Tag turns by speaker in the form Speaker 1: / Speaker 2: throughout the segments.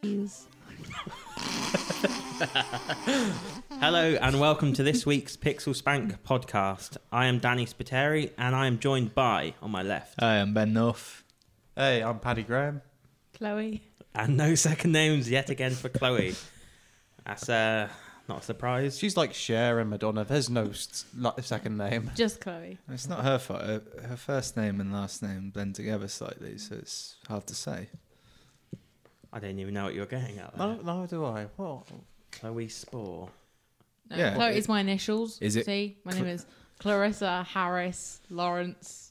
Speaker 1: please.
Speaker 2: Hello and welcome to this week's Pixel Spank podcast. I am Danny Spiteri and I am joined by, on my left,
Speaker 3: Hi, I'm Ben North.
Speaker 4: Hey, I'm Paddy Graham.
Speaker 1: Chloe.
Speaker 2: and no second names yet again for Chloe. That's uh, not a surprise.
Speaker 4: She's like Cher and Madonna. There's no s- like, second name.
Speaker 1: Just Chloe.
Speaker 3: It's not her fault. Her, her first name and last name blend together slightly, so it's hard to say.
Speaker 2: I didn't even know what you were getting at. there.
Speaker 4: No, no, do I? What?
Speaker 2: Chloe Spore.
Speaker 1: No,
Speaker 3: Yeah.
Speaker 1: Chloe is my initials.
Speaker 3: Is it-
Speaker 1: See, my name is Clarissa Harris Lawrence.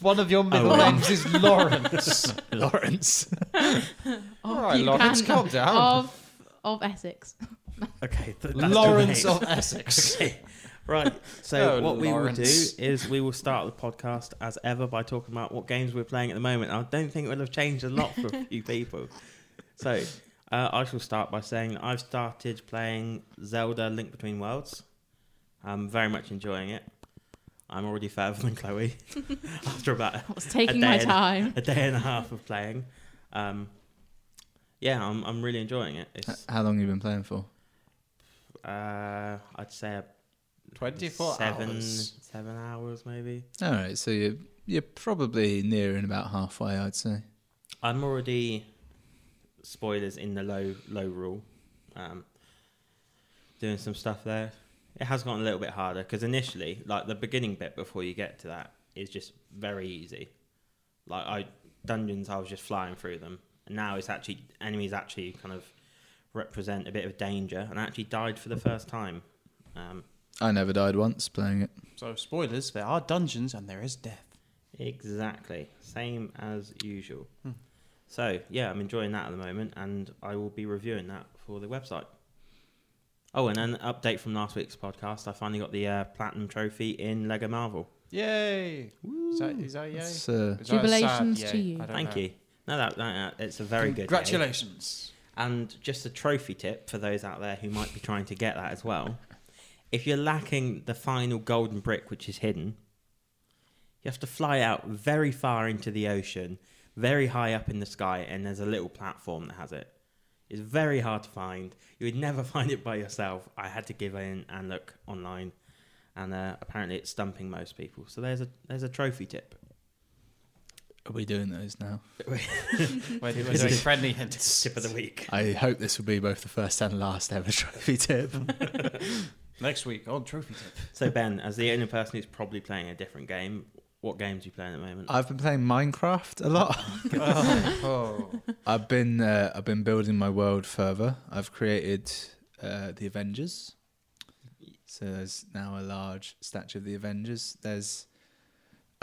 Speaker 4: One of your middle
Speaker 2: Oh.
Speaker 4: names is Lawrence.
Speaker 3: Lawrence.
Speaker 1: Of
Speaker 4: All
Speaker 3: Oh,
Speaker 4: right, Lawrence,
Speaker 1: Buchanan-
Speaker 4: calm down.
Speaker 1: Of, of Essex.
Speaker 2: Okay, th- that's
Speaker 4: Lawrence
Speaker 2: great.
Speaker 4: of Essex.
Speaker 2: Okay, Right, so
Speaker 4: Oh,
Speaker 2: what we will do
Speaker 4: Lawrence.
Speaker 2: is we will start the podcast as ever by talking about what games we're playing at the moment. I don't think it will have changed a lot for a few people. So uh, I shall start by saying that I've started playing Zelda Link Between Worlds. I'm very much enjoying it. I'm already further than Chloe after about
Speaker 1: I was taking my
Speaker 2: day.
Speaker 1: time.
Speaker 2: a day and a half of playing. Um, yeah, I'm, I'm really enjoying it. It's,
Speaker 3: How long you been playing for?
Speaker 2: uh, I'd say a
Speaker 4: 24
Speaker 2: seven,
Speaker 4: hours.
Speaker 2: Seven hours, maybe.
Speaker 3: All right, so you're you're probably nearing about halfway, I'd say.
Speaker 2: I'm already spoilers in the low low rule. Um, doing some stuff there. It has gotten a little bit harder because initially, like the beginning bit before you get to that, is just very easy. Like I dungeons, I was just flying through them. And now it's actually enemies actually kind of represent a bit of danger, and I actually died for the first time. Um,
Speaker 3: I never died once playing it.
Speaker 4: So, spoilers, there are dungeons and there is death.
Speaker 2: Exactly. Same as usual. So, yeah, I'm enjoying that at the moment, and I will be reviewing that for the website. Oh, and an update from last week's podcast. I finally got the uh, Platinum Trophy in Lego Marvel.
Speaker 4: Yay! Is that, is that yay?
Speaker 3: It's, uh,
Speaker 4: Is that a
Speaker 1: Jubilations
Speaker 4: sad
Speaker 1: to
Speaker 4: yay?
Speaker 1: you.
Speaker 4: I don't
Speaker 2: Thank
Speaker 4: know.
Speaker 2: you. No, that, that, that- it's a very good. day.
Speaker 4: Congratulations.
Speaker 2: And just a trophy tip for those out there who might be trying to get that as well. If you're lacking the final golden brick which is hidden, you have to fly out very far into the ocean, very high up in the sky, and there's a little platform that has it. It's very hard to find. You would never find it by yourself. I had to give in and look online, and uh, apparently it's stumping most people. So there's a there's a trophy tip.
Speaker 3: Are we doing those now?
Speaker 4: We're doing friendly hints.
Speaker 2: Tip of the week.
Speaker 3: I hope this will be both the first and last ever trophy tip.
Speaker 4: Next week on Trophy Tip.
Speaker 2: So Ben, as the only person who's probably playing a different game, what games are you playing at the moment?
Speaker 3: I've been playing Minecraft a lot.
Speaker 4: oh,
Speaker 3: I've been uh, I've been building my world further. I've created uh, the Avengers. So there's now a large statue of the Avengers. There's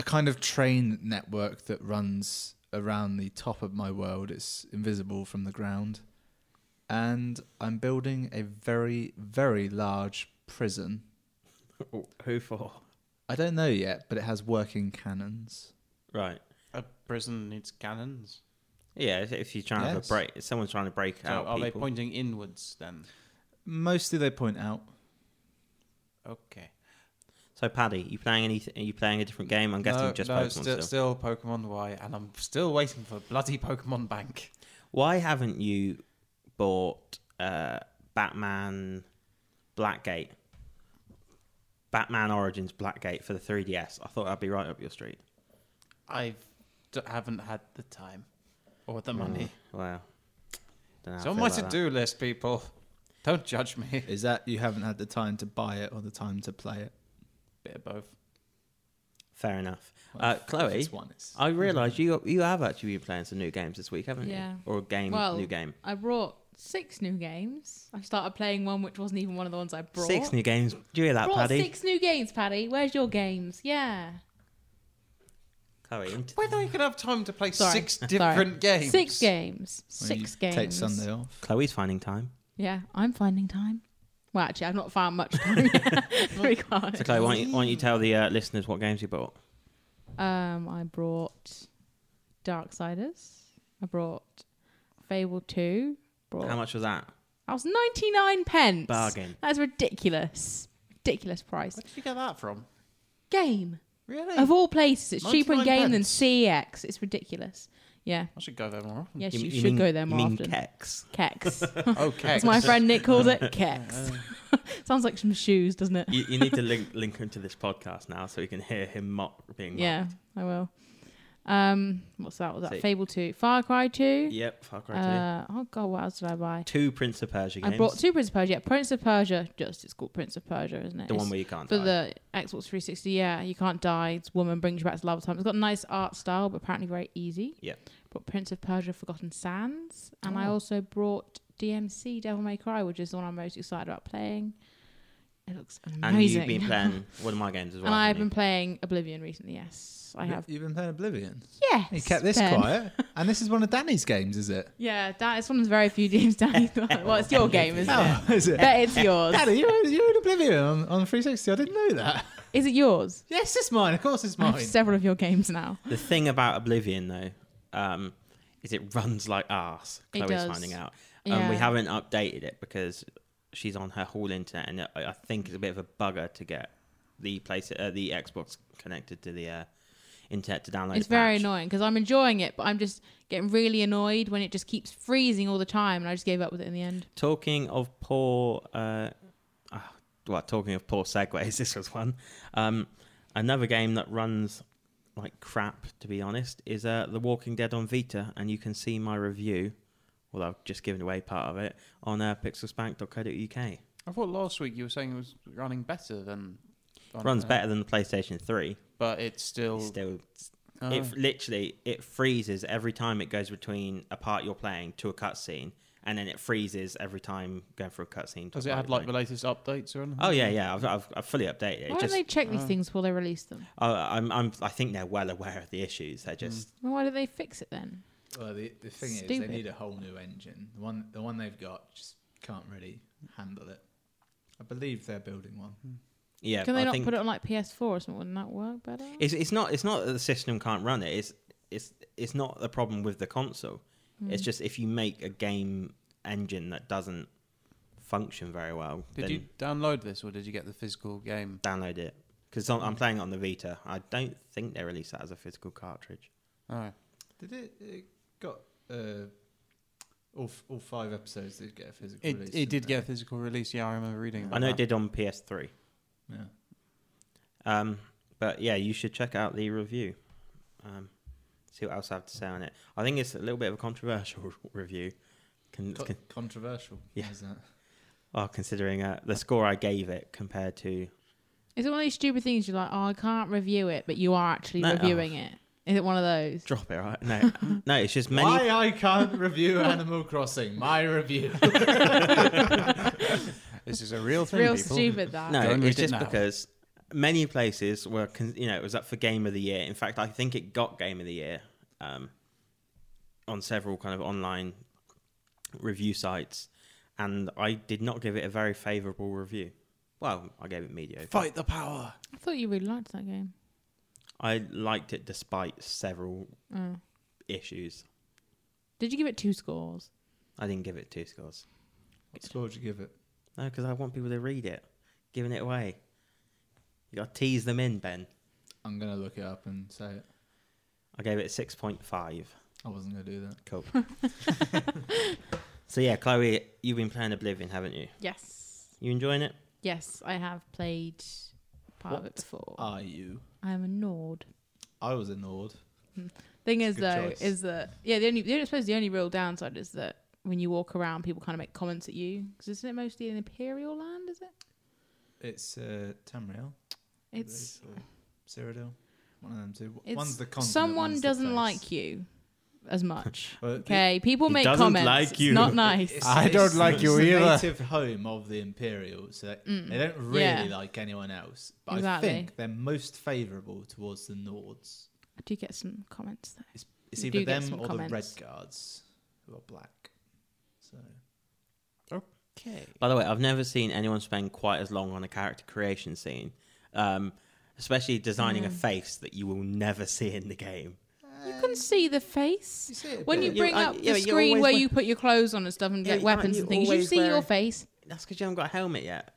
Speaker 3: a kind of train network that runs around the top of my world. It's invisible from the ground. And I'm building a very very large prison.
Speaker 2: Who for?
Speaker 3: I don't know yet, but it has working cannons.
Speaker 2: Right.
Speaker 4: a prison needs cannons.
Speaker 2: Yeah, if- if you're trying to have a
Speaker 3: Yes.
Speaker 2: break, if someone's trying to break
Speaker 4: So
Speaker 2: out
Speaker 4: are they
Speaker 2: people.
Speaker 4: pointing inwards then?
Speaker 3: Mostly they point out.
Speaker 4: Okay.
Speaker 2: so Paddy, you playing any? Are you playing a different game? I'm guessing
Speaker 4: no,
Speaker 2: just
Speaker 4: no,
Speaker 2: Pokemon.
Speaker 4: still,
Speaker 2: still.
Speaker 4: still Pokemon Y, and I'm still waiting for bloody Pokemon Bank.
Speaker 2: Why haven't you bought uh, Batman Blackgate? Batman Origins Blackgate for the 3DS. I thought that'd be right up your street.
Speaker 4: I d- haven't had the time or the money.
Speaker 2: Wow. Dunno how
Speaker 4: It's
Speaker 2: Mm. I feel
Speaker 4: on my
Speaker 2: about that.
Speaker 4: to-do list, people. Don't judge me.
Speaker 3: Is that you haven't had the time to buy it or the time to play it?
Speaker 4: Bit of both.
Speaker 2: Fair enough.
Speaker 3: Well,
Speaker 2: Uh,
Speaker 3: if- if
Speaker 2: Chloe,
Speaker 3: it's one, it's-
Speaker 2: I realise you you have actually been playing some new games this week, haven't
Speaker 1: Yeah.
Speaker 2: you? Or a game,
Speaker 1: Well,
Speaker 2: new game.
Speaker 1: I brought six new games. I started playing one which wasn't even one of the ones I brought.
Speaker 2: Six new games. Do you hear that,
Speaker 1: brought
Speaker 2: Paddy?
Speaker 1: six new games, Paddy. Where's your games? Yeah.
Speaker 2: Chloe, into-
Speaker 4: Whether you can have time to play
Speaker 1: Sorry.
Speaker 4: six
Speaker 1: Sorry.
Speaker 4: different games.
Speaker 1: Six games.
Speaker 3: Well,
Speaker 1: Six
Speaker 3: you
Speaker 1: games.
Speaker 3: Take Sunday off.
Speaker 2: Chloe's finding time.
Speaker 1: Yeah, I'm finding time. Well, actually, I've not found much time yet. to be quite
Speaker 2: So Chloe, why don't you, why don't you tell the uh, listeners what games you bought?
Speaker 1: Um, I brought Darksiders. I brought Fable 2. Brought,
Speaker 2: How much was that?
Speaker 1: That was 99 pence.
Speaker 2: Bargain.
Speaker 1: That's ridiculous. Ridiculous price.
Speaker 4: Where did you get that from?
Speaker 1: Game.
Speaker 4: Really?
Speaker 1: Of all places, it's cheaper in
Speaker 4: 99
Speaker 1: game than
Speaker 4: pence.
Speaker 1: CX. It's ridiculous. Yeah.
Speaker 4: I should go there more often.
Speaker 1: Yes, you,
Speaker 2: m-
Speaker 1: should
Speaker 2: mean-
Speaker 1: go there more
Speaker 2: you mean
Speaker 1: often.
Speaker 2: Kex.
Speaker 1: Kex.
Speaker 4: Okay.
Speaker 1: As my friend Nick calls it, Kex. Sounds like some shoes, doesn't it?
Speaker 2: You, you need to link link him to this podcast now so you can hear him mock being
Speaker 1: Yeah, I will. Um, what's that? Was that
Speaker 2: So-
Speaker 1: Fable Two, Far Cry Two?
Speaker 2: mocked. Yep, Far Cry
Speaker 1: Uh, oh god, what else did I buy?
Speaker 2: 2. Two Prince of Persia games.
Speaker 1: I bought two Prince of Persia. Yeah, Prince of Persia, just it's called Prince of Persia, isn't it?
Speaker 2: the
Speaker 1: It's
Speaker 2: one where you can't
Speaker 1: for
Speaker 2: die.
Speaker 1: the Xbox 360. Yeah, you can't die. It's woman brings you back to love time. It's got a nice art style, but apparently very easy.
Speaker 2: Yeah.
Speaker 1: But Prince of Persia, Forgotten Sands, and I
Speaker 4: Oh.
Speaker 1: also brought DMC Devil May Cry, which is the one I'm most excited about playing. It looks
Speaker 2: and
Speaker 1: amazing.
Speaker 2: you've been playing one of my games as well.
Speaker 1: and I've been
Speaker 2: haven't
Speaker 1: playing Oblivion recently. Yes, I have.
Speaker 3: You've been playing Oblivion.
Speaker 1: Yes.
Speaker 3: You kept this
Speaker 1: Ben.
Speaker 3: quiet, and this is one of Danny's games, is it?
Speaker 1: Yeah, that is one of the very few games Danny. well, it's your game, isn't it?
Speaker 3: Oh, is it?
Speaker 1: Bet it's yours.
Speaker 3: Danny, you're, you're in Oblivion on, on 360. I didn't know that.
Speaker 1: Is it yours?
Speaker 3: Yes, it's mine. Of course, it's
Speaker 1: I
Speaker 3: mine.
Speaker 1: have several of your games now.
Speaker 2: the thing about Oblivion though, um, is it runs like arse.
Speaker 1: It
Speaker 2: Chloe's
Speaker 1: does.
Speaker 2: finding out. Um,
Speaker 1: Yeah.
Speaker 2: we haven't updated it because she's on her whole internet, and I I think it's a bit of a bugger to get the place uh, the Xbox connected to the uh, internet to download.
Speaker 1: It's
Speaker 2: a
Speaker 1: very
Speaker 2: patch.
Speaker 1: annoying because I'm enjoying it, but I'm just getting really annoyed when it just keeps freezing all the time, and I just gave up with it in the end.
Speaker 2: Talking of poor, uh, ah, well, talking of poor segues, this was one. Um, another game that runs like crap, to be honest, is uh, The Walking Dead on Vita, and you can see my review. Well, I've just given away part of it on uh, pixelspank.co.uk.
Speaker 4: I thought last week you were saying it was running better than. on-
Speaker 2: Runs
Speaker 4: uh,
Speaker 2: better than the PlayStation 3.
Speaker 4: But it's still.
Speaker 2: It's still,
Speaker 4: oh.
Speaker 2: it f- literally it freezes every time it goes between a part you're playing to a cutscene, and then it freezes every time going through a cutscene. to
Speaker 4: does
Speaker 2: a
Speaker 4: it
Speaker 2: part
Speaker 4: have
Speaker 2: you're
Speaker 4: like the
Speaker 2: playing.
Speaker 4: latest updates or anything?
Speaker 2: Oh yeah, yeah. I've, I've, I've fully updated it.
Speaker 1: Why
Speaker 2: It
Speaker 1: don't
Speaker 2: just
Speaker 1: they check these
Speaker 3: Oh.
Speaker 4: uh,
Speaker 1: things before they release them?
Speaker 2: Oh, I'm, I'm, I think they're well aware of the issues.
Speaker 4: Hmm.
Speaker 2: They're just
Speaker 1: Well, why don't they fix it then?
Speaker 3: Well, the, the thing is,
Speaker 1: Stupid.
Speaker 3: they need a whole new engine. The one, the one they've got just can't really handle it. I believe they're building one.
Speaker 2: yeah.
Speaker 1: Can they
Speaker 2: I
Speaker 1: not
Speaker 2: think
Speaker 1: put it on like PS4 or something? Wouldn't that work better?
Speaker 2: it's, it's not it's not that the system can't run it. It's it's it's not the problem with the console.
Speaker 1: Hmm.
Speaker 2: It's just if you make a game engine that doesn't function very well,
Speaker 4: Did
Speaker 2: then
Speaker 4: you download this or did you get the physical game?
Speaker 2: download it. Because I'm, I'm playing it on the Vita. I don't think they released that as a physical cartridge.
Speaker 4: Oh.
Speaker 3: Did it? It got uh, all f- all five episodes did get a physical
Speaker 4: It,
Speaker 3: release.
Speaker 4: it
Speaker 3: didn't
Speaker 4: did
Speaker 3: they?
Speaker 4: get a physical release. Yeah, I remember reading about
Speaker 2: I know it
Speaker 3: Uh-huh.
Speaker 4: that.
Speaker 2: did on PS3.
Speaker 3: Yeah.
Speaker 2: Um, but yeah, you should check out the review. Um, see what else I have to say on it. I think it's a little bit of a controversial review. Can,
Speaker 3: Co-
Speaker 2: can,
Speaker 3: controversial.
Speaker 2: Yeah.
Speaker 3: Is that?
Speaker 2: Well, considering uh, the score I gave it compared to
Speaker 1: Is it one of these stupid things you're like, oh, I can't review it, but you are actually
Speaker 2: No.
Speaker 1: reviewing it? Is it one of those?
Speaker 2: drop it, right? No, no, it's just many.
Speaker 3: Why I can't review Animal Crossing? My review.
Speaker 4: This is a real
Speaker 1: It's
Speaker 4: thing.
Speaker 1: real
Speaker 4: people.
Speaker 1: stupid that.
Speaker 2: No,
Speaker 4: Don't read
Speaker 2: it's
Speaker 4: it
Speaker 2: just
Speaker 4: now.
Speaker 2: because many places were, con- you know, it was up for Game of the Year. In fact, I think it got Game of the Year um, on several kind of online review sites, and I did not give it a very favourable review. Well, I gave it mediocre.
Speaker 4: Fight the power.
Speaker 1: I thought you really liked that game.
Speaker 2: I liked it despite several
Speaker 1: Oh.
Speaker 2: issues.
Speaker 1: Did you give it two scores?
Speaker 2: I didn't give it two scores.
Speaker 3: what score would you give it?
Speaker 2: No, because I want people to read it. Giving it away. You got to tease them in, Ben.
Speaker 3: I'm gonna look it up and say it.
Speaker 2: I gave it a 6.5.
Speaker 3: I wasn't gonna do that.
Speaker 2: Cool. so, yeah, Chloe, you've been playing Oblivion, haven't you?
Speaker 1: Yes.
Speaker 2: You enjoying it?
Speaker 1: Yes, I have played part of it before.
Speaker 3: Are you?
Speaker 1: I'm a Nord.
Speaker 3: I was a Nord.
Speaker 1: Thing is
Speaker 3: good
Speaker 1: though,
Speaker 3: choice.
Speaker 1: is that yeah, the only the only, I suppose the only real downside is that when you walk around, people kind of make comments at you because isn't it mostly an imperial land? Is it?
Speaker 3: It's uh, Tamriel.
Speaker 1: It's
Speaker 3: Or Cyrodiil. One of them two.
Speaker 1: it's
Speaker 3: one's the continent,
Speaker 1: someone
Speaker 3: one's the
Speaker 1: doesn't
Speaker 3: place.
Speaker 1: like you as much.
Speaker 3: Well, the-
Speaker 1: Okay, people
Speaker 2: He
Speaker 1: make
Speaker 2: doesn't
Speaker 1: comments.
Speaker 2: like
Speaker 1: It's
Speaker 2: you.
Speaker 1: not nice.
Speaker 3: It's-
Speaker 4: I
Speaker 3: it's-
Speaker 4: don't like
Speaker 3: it's
Speaker 4: you
Speaker 3: the
Speaker 4: either.
Speaker 3: Native home of the Imperials. So they-
Speaker 1: Mm,
Speaker 3: they don't really
Speaker 1: yeah.
Speaker 3: like anyone else, but
Speaker 1: Exactly.
Speaker 3: I think they're most favourable towards the Nords.
Speaker 1: I do get some comments though.
Speaker 3: It's, it's
Speaker 1: You
Speaker 3: either
Speaker 1: do get
Speaker 3: them
Speaker 1: some
Speaker 3: or the Red
Speaker 1: comments.
Speaker 3: Guards, who are black. So
Speaker 4: Okay.
Speaker 2: By the way, I've never seen anyone spend quite as long on a character creation scene, um, especially designing a
Speaker 1: Mm.
Speaker 2: face that you will never see in the game.
Speaker 1: You
Speaker 3: Uh,
Speaker 1: can see the face.
Speaker 3: You see it a
Speaker 1: When
Speaker 3: bit.
Speaker 1: you
Speaker 2: Yeah,
Speaker 1: bring
Speaker 2: I-
Speaker 1: up
Speaker 2: yeah,
Speaker 1: the
Speaker 2: you
Speaker 1: screen
Speaker 2: always
Speaker 1: where
Speaker 2: wear-
Speaker 1: you put your clothes on and stuff and
Speaker 2: Yeah,
Speaker 1: get
Speaker 2: you-
Speaker 1: weapons
Speaker 2: you
Speaker 1: and things, you
Speaker 2: always
Speaker 1: see
Speaker 2: wear-
Speaker 1: your face.
Speaker 2: That's because you haven't got a helmet yet.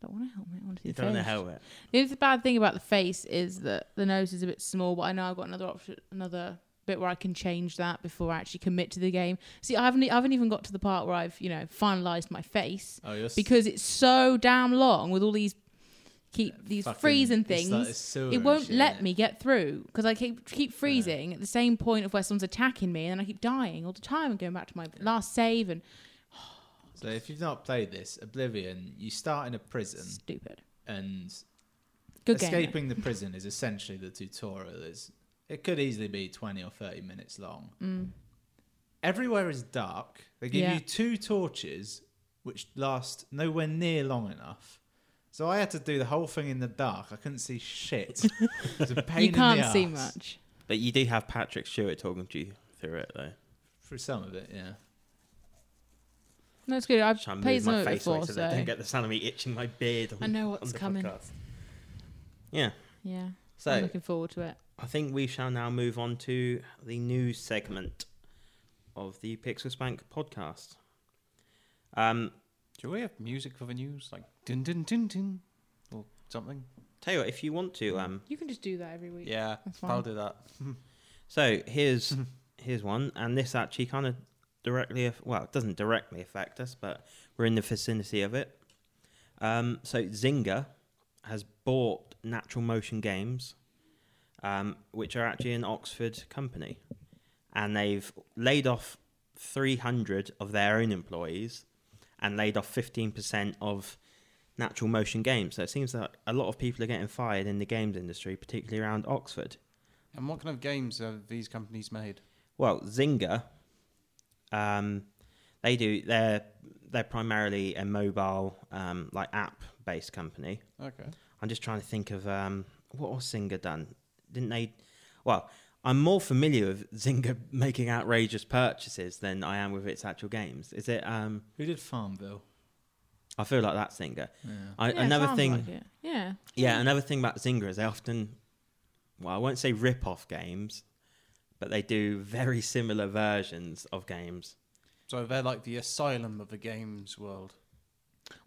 Speaker 1: Don't want a helmet. I want to see
Speaker 2: You
Speaker 1: the
Speaker 2: don't
Speaker 1: face.
Speaker 2: want a helmet.
Speaker 1: The only bad thing about the face is that the nose is a bit small, but I know I've got another option, another bit where I can change that before I actually commit to the game. See, I haven't, e, I haven't even got to the part where I've, you know, finalized my face
Speaker 3: Oh, yes.
Speaker 1: because it's so damn long with all these keep these freezing things. it won't let me get through because I keep keep freezing at the same point of where someone's attacking me, and then I keep dying all the time and going back to my last save and
Speaker 3: So if you've not played this, Oblivion, you start in a prison
Speaker 1: stupid.
Speaker 3: and
Speaker 1: Good game. though.
Speaker 3: escaping the prison is essentially the tutorial. Is it could easily be twenty or thirty minutes long.
Speaker 1: Mm.
Speaker 3: Everywhere is dark. They give
Speaker 1: Yeah.
Speaker 3: you two torches, which last nowhere near long enough. So I had to do the whole thing in the dark. I couldn't see shit. It was a pain
Speaker 1: You
Speaker 3: in the
Speaker 1: can't see
Speaker 3: arse.
Speaker 1: much.
Speaker 2: But you do have Patrick Stewart talking to you through it, though.
Speaker 3: through some of it. Yeah.
Speaker 1: No, it's good. I've
Speaker 2: Trying to
Speaker 1: played
Speaker 2: move
Speaker 1: some
Speaker 2: my
Speaker 1: of it
Speaker 2: face away
Speaker 1: before,
Speaker 2: so that I don't
Speaker 1: so
Speaker 2: get the sound of me itching my beard. On,
Speaker 1: I know
Speaker 2: on
Speaker 1: what's
Speaker 2: the
Speaker 1: coming.
Speaker 2: podcast. Yeah.
Speaker 1: Yeah,
Speaker 2: So
Speaker 1: I'm looking forward to it.
Speaker 2: I think we shall now move on to the news segment of the Pixel Spank podcast. Um,
Speaker 4: Do we have music for the news? Like dun dun dun dun or something?
Speaker 2: tell you what, if you want to, um,
Speaker 1: You can just do that every week.
Speaker 4: Yeah,
Speaker 1: That's fine.
Speaker 4: I'll do that.
Speaker 2: so here's here's one, and this actually kind of directly, aff- well, it doesn't directly affect us, but we're in the vicinity of it. Um, so Zynga has bought Natural Motion Games, um, which are actually an Oxford company, and they've laid off 300 of their own employees and laid off 15% of Natural Motion Games. So it seems that a lot of people are getting fired in the games industry, particularly around Oxford.
Speaker 4: And what kind of games have these companies made?
Speaker 2: Well, Zynga, um, they do. They're they're primarily a mobile um, like app based company.
Speaker 4: Okay.
Speaker 2: I'm just trying to think of um, what was Zynga done? Didn't they? Well, I'm more familiar with Zynga making outrageous purchases than I am with its actual games. Is it? Um,
Speaker 3: Who did Farmville?
Speaker 2: I feel like that's Zynga.
Speaker 3: Yeah.
Speaker 2: I,
Speaker 1: Yeah,
Speaker 2: another
Speaker 1: sounds
Speaker 2: thing,
Speaker 1: like it. yeah,
Speaker 2: yeah, another thing about Zynga is they often, well, I won't say rip off games, but they do very similar versions of games.
Speaker 4: So they're like the asylum of the games world.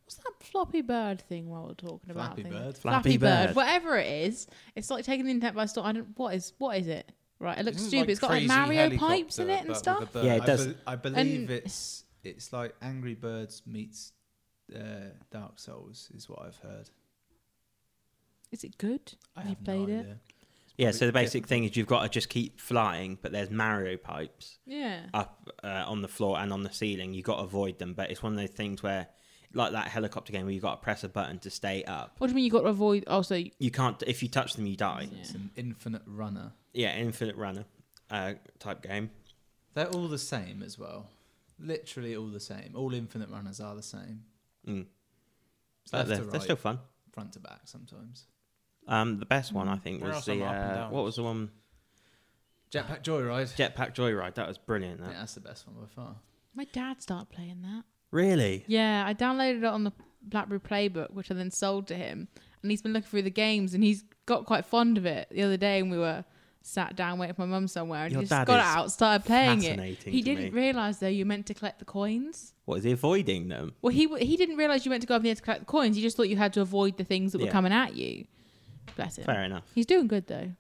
Speaker 1: What's that floppy bird thing while we're talking about?
Speaker 3: Flappy
Speaker 1: thing?
Speaker 3: Bird.
Speaker 1: Flappy, bird. whatever it is, it's like taking the internet by storm. I don't. What is? What is it? Right, it looks
Speaker 2: Mm,
Speaker 4: Isn't it
Speaker 1: stupid.
Speaker 4: like
Speaker 1: it's got like
Speaker 4: crazy
Speaker 1: Mario pipes in
Speaker 4: helicopter,
Speaker 1: it and
Speaker 4: but
Speaker 1: stuff.
Speaker 4: with a bird?
Speaker 2: Yeah, it
Speaker 3: I
Speaker 2: does.
Speaker 3: bel- I believe
Speaker 1: And-
Speaker 3: it's it's like Angry Birds meets uh, Dark Souls is what I've heard.
Speaker 1: Is it good?
Speaker 3: I
Speaker 1: Have you
Speaker 3: have
Speaker 1: played
Speaker 3: no
Speaker 1: it?
Speaker 3: idea.
Speaker 2: Yeah, so the basic thing is you've got to just keep flying, but there's Mario pipes
Speaker 1: Yeah.
Speaker 2: up uh, on the floor and on the ceiling. You've got to avoid them, but it's one of those things where, like that helicopter game, where you've got to press a button to stay up.
Speaker 1: What do you mean you got to avoid? Oh, so you-
Speaker 2: You can't, if you touch them, you die.
Speaker 1: Yeah.
Speaker 3: It's an infinite runner.
Speaker 2: Yeah, Infinite Runner uh, type game.
Speaker 3: They're all the same as well. Literally all the same. All infinite runners are the same.
Speaker 2: Mm.
Speaker 3: It's
Speaker 2: But
Speaker 3: Left
Speaker 2: they're,
Speaker 3: to
Speaker 2: they're
Speaker 3: right,
Speaker 2: still fun.
Speaker 3: front to back sometimes.
Speaker 2: Um, the best one, I think,
Speaker 4: Where
Speaker 2: was
Speaker 4: else on
Speaker 2: the,
Speaker 4: the up and
Speaker 2: uh,
Speaker 4: downs?
Speaker 2: what was the one?
Speaker 3: Jetpack Joyride.
Speaker 2: Jetpack Joyride. That was brilliant. That.
Speaker 3: Yeah, that's the best one by far.
Speaker 1: my dad started playing that.
Speaker 2: Really?
Speaker 1: Yeah, I downloaded it on the BlackBerry Playbook, which I then sold to him, and he's been looking through the games, and he's got quite fond of it. The other day, and we were sat down waiting for my mum somewhere, and
Speaker 2: Your
Speaker 1: he
Speaker 2: dad
Speaker 1: just got
Speaker 2: is
Speaker 1: out, started playing it.
Speaker 2: Fascinating
Speaker 1: He
Speaker 2: to
Speaker 1: didn't
Speaker 2: me.
Speaker 1: realize though you meant to collect the coins.
Speaker 2: What, is he avoiding them?
Speaker 1: Well, he w- he didn't realize you meant to go up there to collect the coins. He just thought you had to avoid the things that
Speaker 2: Yeah.
Speaker 1: were coming at you. Bless him.
Speaker 2: Fair enough.
Speaker 1: He's doing good though,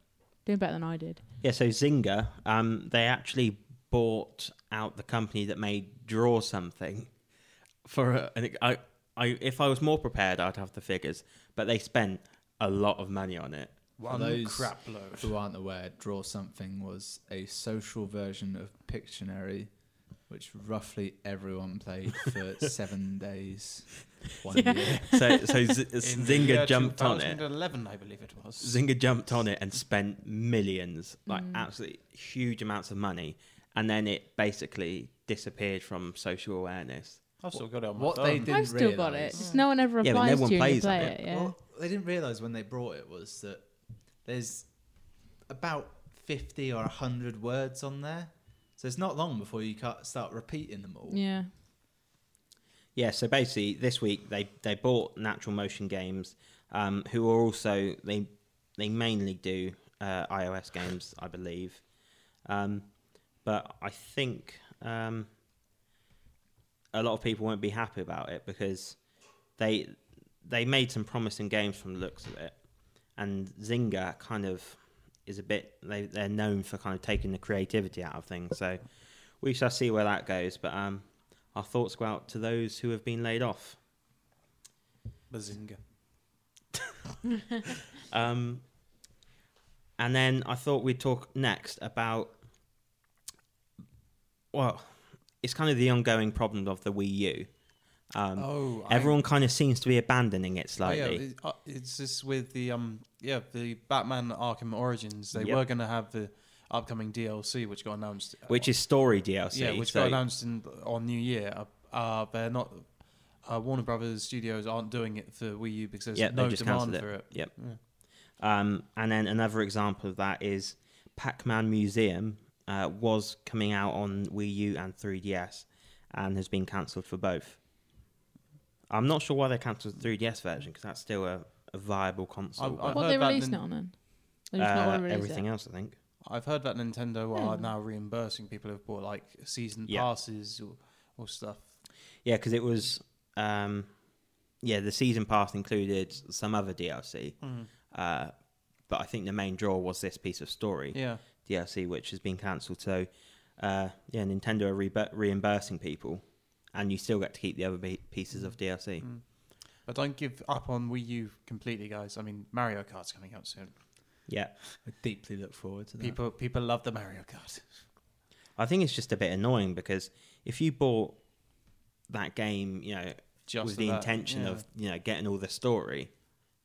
Speaker 1: doing better than I did.
Speaker 2: Yeah, so Zynga, um, they actually bought out the company that made Draw Something for a, an, I, I, if I was more prepared, I'd have the figures, but they spent a lot of money on it.
Speaker 4: One
Speaker 3: those-
Speaker 4: crap load.
Speaker 3: Who aren't aware, Draw Something was a social version of Pictionary, which roughly everyone played for seven days. One year.
Speaker 2: So, so Z-
Speaker 4: In the year
Speaker 2: Zynga jumped on it.
Speaker 4: 2011, I believe it was.
Speaker 2: Zynga jumped on it and spent millions, like
Speaker 4: Mm.
Speaker 2: absolutely huge amounts of money, and then it basically disappeared from social awareness.
Speaker 4: I've still got it on my
Speaker 3: What
Speaker 4: phone.
Speaker 3: they did- Didn't Oh.
Speaker 1: I've still got it.
Speaker 3: realise.
Speaker 1: Just no one ever
Speaker 2: Yeah, but
Speaker 1: replies
Speaker 2: no one
Speaker 1: to you when you
Speaker 2: plays on
Speaker 1: play
Speaker 2: it.
Speaker 1: it. Yeah.
Speaker 3: Well, they didn't realize when they brought it was that there's about 50 or 100 words on there. So it's not long before you ca- start repeating them all.
Speaker 1: yeah.
Speaker 2: Yeah, so basically, this week they they bought Natural Motion Games, um, who are also they they mainly do uh, iOS games, I believe, um, but I think um, a lot of people won't be happy about it because they they made some promising games from the looks of it, and Zynga kind of is a bit they they're known for kind of taking the creativity out of things. So we shall see where that goes. But um, our thoughts go out to those who have been laid off.
Speaker 4: Bazinga.
Speaker 2: Um, and then I thought we'd talk next about, well, it's kind of the ongoing problem of the Wii U. Um,
Speaker 4: oh, I-
Speaker 2: everyone kind of seems to be abandoning it
Speaker 4: oh,
Speaker 2: slightly.
Speaker 4: yeah, it- uh, it's just with the um, yeah, the Batman Arkham Origins. They
Speaker 2: Yep.
Speaker 4: were going to have the upcoming DLC, which got announced. uh,
Speaker 2: which is story DLC.
Speaker 4: yeah, which
Speaker 2: so-
Speaker 4: got announced in, on New Year. Uh, Uh, they're not. Uh, Warner Brothers Studios aren't doing it for Wii U because there's
Speaker 2: Yeah, they
Speaker 4: no
Speaker 2: just
Speaker 4: demand
Speaker 2: cancelled it.
Speaker 4: for it.
Speaker 2: Yep.
Speaker 4: Yeah.
Speaker 2: Um, and then another example of that is Pac-Man Museum uh, was coming out on Wii U and 3DS, and has been cancelled for both. I'm not sure why they cancelled the 3DS version because that's still a, a viable console.
Speaker 4: I've
Speaker 2: but,
Speaker 1: What they
Speaker 4: heard that
Speaker 1: releasing it
Speaker 4: nin-
Speaker 1: on then? They just not
Speaker 2: uh,
Speaker 1: wanna release it.
Speaker 2: everything else, I think.
Speaker 4: I've heard that
Speaker 1: Oh.
Speaker 4: Nintendo are now reimbursing people who've bought like season
Speaker 2: Hmm. Yeah.
Speaker 4: passes or, or stuff.
Speaker 2: Yeah, because it was, um, yeah, the season pass included some other DLC,
Speaker 4: Mm.
Speaker 2: uh, but I think the main draw was this piece of story.
Speaker 4: Yeah,
Speaker 2: DLC, which has been cancelled. So, uh, yeah, Nintendo are rebu reimbursing people, and you still get to keep the other be- pieces of DLC.
Speaker 4: Mm. but don't give up on Wii U completely, guys. I mean, Mario Kart's coming out soon.
Speaker 2: Yeah,
Speaker 3: I deeply look forward to that.
Speaker 4: People people love the Mario Kart.
Speaker 2: I think it's just a bit annoying because if you bought that game, you know,
Speaker 4: Just
Speaker 2: with
Speaker 4: for
Speaker 2: the
Speaker 4: that,
Speaker 2: intention
Speaker 4: yeah. Mm-hmm.
Speaker 2: of you know getting all the story,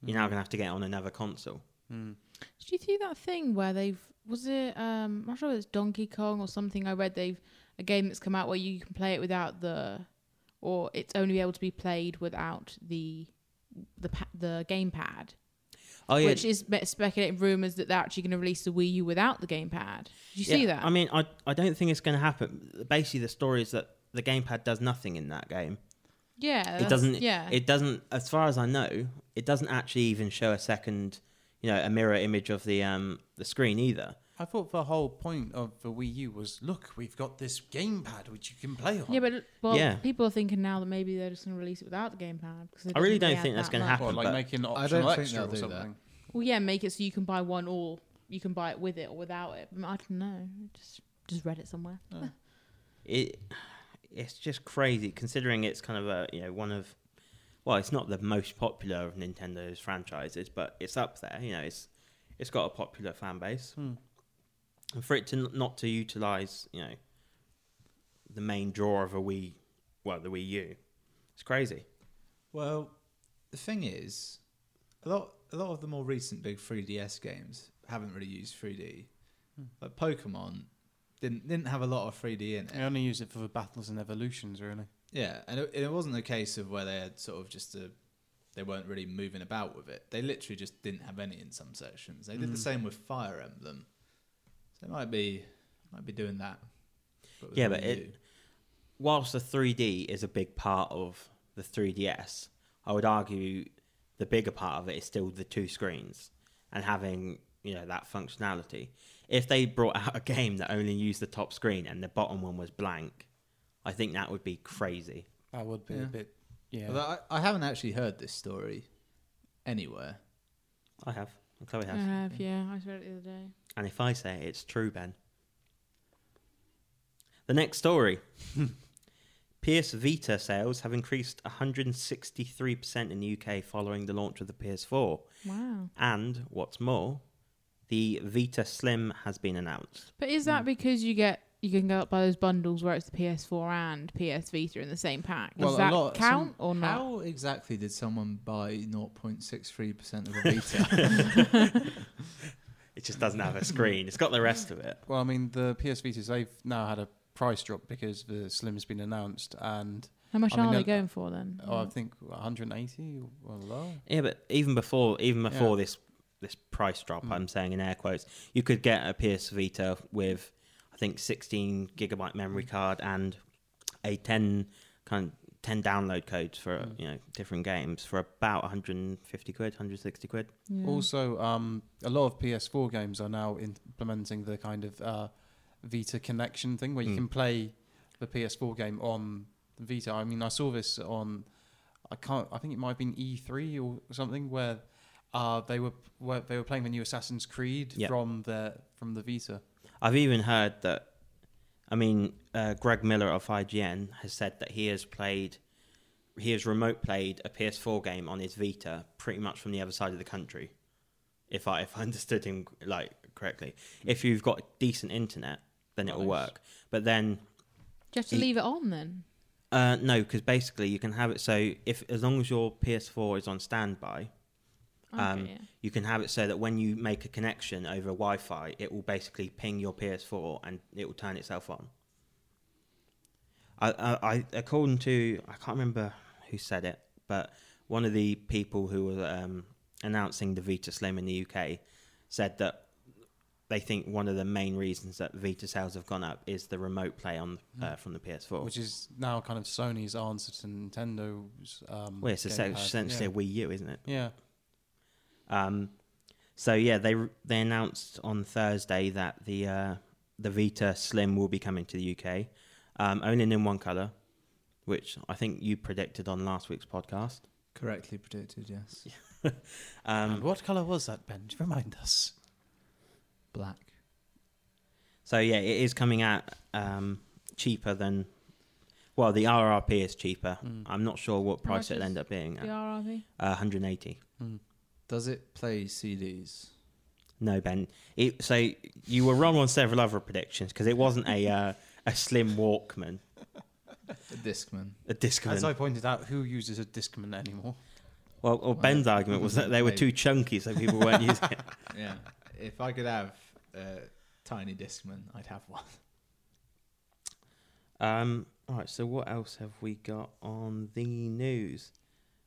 Speaker 2: you're now gonna have to get it on another console.
Speaker 4: Mm.
Speaker 1: Did you see that thing where they've was it um I'm not sure if it's Donkey Kong or something I read they've a game that's come out where you can play it without the or it's only able to be played without the the pa- the gamepad,
Speaker 2: Oh yeah,
Speaker 1: which is me- speculating rumors that they're actually going to release the Wii U without the gamepad. Did you see
Speaker 2: Yeah,
Speaker 1: that?
Speaker 2: I mean, I I don't think it's gonna happen. Basically, the story is that the gamepad does nothing in that game.
Speaker 1: yeah, that's-
Speaker 2: it doesn't
Speaker 1: Yeah,
Speaker 2: it doesn't as far as i know it doesn't actually even show a second you know a mirror image of the um the screen either
Speaker 4: I thought the whole point of the Wii U was look, we've got this gamepad which you can play on.
Speaker 1: yeah, but well,
Speaker 2: Yeah.
Speaker 1: people are thinking now that maybe they're just going to release it without the gamepad. Cause it
Speaker 2: I really
Speaker 1: doesn't
Speaker 2: don't
Speaker 1: add
Speaker 2: think that's
Speaker 1: that
Speaker 2: gonna
Speaker 1: much.
Speaker 2: happen.
Speaker 4: or like
Speaker 2: but-
Speaker 4: making an
Speaker 3: I
Speaker 4: optional
Speaker 3: don't think
Speaker 4: extra
Speaker 3: they'll
Speaker 4: or
Speaker 3: do that.
Speaker 4: something.
Speaker 1: Well, yeah, make it so you can buy one or you can buy it with it or without it. I don't know. Just just read it somewhere.
Speaker 2: it it's just crazy considering it's kind of a you know one of well it's not the most popular of nintendo's franchises but it's up there you know it's it's got a popular fan base
Speaker 4: Hmm.
Speaker 2: and for it to n- not to utilize you know the main draw of a wii well the wii u it's crazy
Speaker 3: Well, the thing is, a lot a lot of the more recent big 3DS games haven't really used 3D.
Speaker 1: Hmm.
Speaker 3: Like Pokemon didn't didn't have a lot of 3D in it.
Speaker 4: They only use it for the battles and evolutions, really.
Speaker 3: Yeah, and it, it wasn't a case of where they had sort of just a, they weren't really moving about with it. They literally just didn't have any in some sections. They did the
Speaker 4: Mm.
Speaker 3: same with Fire Emblem, so it might be might be doing that. But with
Speaker 2: Yeah, but
Speaker 3: Wii
Speaker 2: it-
Speaker 3: U.
Speaker 2: whilst the 3D is a big part of the 3DS, I would argue the bigger part of it is still the two screens and having you know that functionality. If they brought out a game that only used the top screen and the bottom one was blank, I think that would be crazy.
Speaker 4: That would be
Speaker 3: Yeah.
Speaker 4: a bit. Yeah.
Speaker 3: Although I, I haven't actually heard this story anywhere.
Speaker 2: I have, and Chloe
Speaker 1: I
Speaker 2: has,
Speaker 1: have, yeah. I read it the other day.
Speaker 2: and if I say it, it's true, Ben. The next story. PS Vita sales have increased 163% in the UK following the launch of the PS4.
Speaker 1: Wow.
Speaker 2: And what's more, the Vita Slim has been announced.
Speaker 1: But is
Speaker 2: Mm.
Speaker 1: that because you get you can go up by those bundles where it's the PS4 and PS Vita in the same pack? Does
Speaker 3: a
Speaker 1: that
Speaker 3: lot-
Speaker 1: count
Speaker 3: some-
Speaker 1: or not?
Speaker 3: How exactly did someone buy 0.63% of a Vita?
Speaker 2: It just doesn't have a screen. It's got the rest of it.
Speaker 4: Well, I mean, the PS Vitas, they've now had a price drop because the Slim's been announced, and
Speaker 1: How much
Speaker 4: I mean,
Speaker 1: are they
Speaker 4: uh,
Speaker 1: going for then?
Speaker 4: oh, I think 180 or lower.
Speaker 2: Yeah, but even before even
Speaker 4: Yeah.
Speaker 2: before this this price drop,
Speaker 4: Mm.
Speaker 2: I'm saying in air quotes, you could get a PS Vita with I think 16 gigabyte memory card and a 10 kind of 10 download codes for
Speaker 4: Mm.
Speaker 2: you know different games for about 150 quid, 160 quid.
Speaker 1: Yeah.
Speaker 4: Also, um, a lot of PS4 games are now implementing the kind of uh, Vita connection thing where you
Speaker 2: Mm.
Speaker 4: can play the PS4 game on the Vita. I mean, I saw this on, I can't, I think it might have been E3 or E something where Uh, they were, were they were playing the new Assassin's Creed
Speaker 2: Yeah.
Speaker 4: from the from the Vita.
Speaker 2: I've even heard that. I mean, uh, Greg Miller of IGN has said that he has played, he has remote played a PS4 game on his Vita, pretty much from the other side of the country. If I if I understood him like correctly, if you've got decent internet, then it will
Speaker 4: Nice.
Speaker 2: work. But then
Speaker 1: Do you have to
Speaker 2: He-
Speaker 1: leave it on then?
Speaker 2: uh, no, because basically you can have it so if as long as your PS4 is on standby,
Speaker 1: Okay,
Speaker 2: Um,
Speaker 1: yeah.
Speaker 2: you can have it so that when you make a connection over Wi-Fi, it will basically ping your PS4 and it will turn itself on. I, I, I according to I can't remember who said it, but one of the people who were um, announcing the Vita Slim in the UK said that they think one of the main reasons that Vita sales have gone up is the remote play on uh, from the PS4.
Speaker 4: Hmm. which is now kind of Sony's answer to Nintendo's. Um,
Speaker 2: well, it's
Speaker 4: gamepad.
Speaker 2: essentially
Speaker 4: yeah.
Speaker 2: a Wii U, isn't it?
Speaker 4: yeah.
Speaker 2: Um, so yeah, they they announced on Thursday that the uh, the Vita Slim will be coming to the UK, um, only in one color, which I think you predicted on last week's podcast.
Speaker 3: Correctly predicted, yes.
Speaker 4: and
Speaker 2: Um,
Speaker 4: what color was that, Ben? Remind us.
Speaker 3: Black.
Speaker 2: so yeah, it is coming out um, cheaper than. Well, the RRP is cheaper.
Speaker 4: Mm.
Speaker 2: I'm not sure what
Speaker 1: How
Speaker 2: price
Speaker 1: much
Speaker 2: it'll
Speaker 1: is
Speaker 2: end up being. At.
Speaker 1: The
Speaker 2: Uh,
Speaker 1: RRV.
Speaker 2: 180.
Speaker 3: Does it play CDs?
Speaker 2: No, Ben. It, so you were wrong on several other predictions because it wasn't a uh, a slim Walkman,
Speaker 3: A Discman.
Speaker 2: a Discman.
Speaker 4: As I pointed out, who uses a Discman anymore?
Speaker 2: Well, well Ben's argument was that they were too chunky, so people weren't using it.
Speaker 3: Yeah. If I could have a tiny Discman, I'd have one.
Speaker 2: Um, all right, so what else have we got on the news?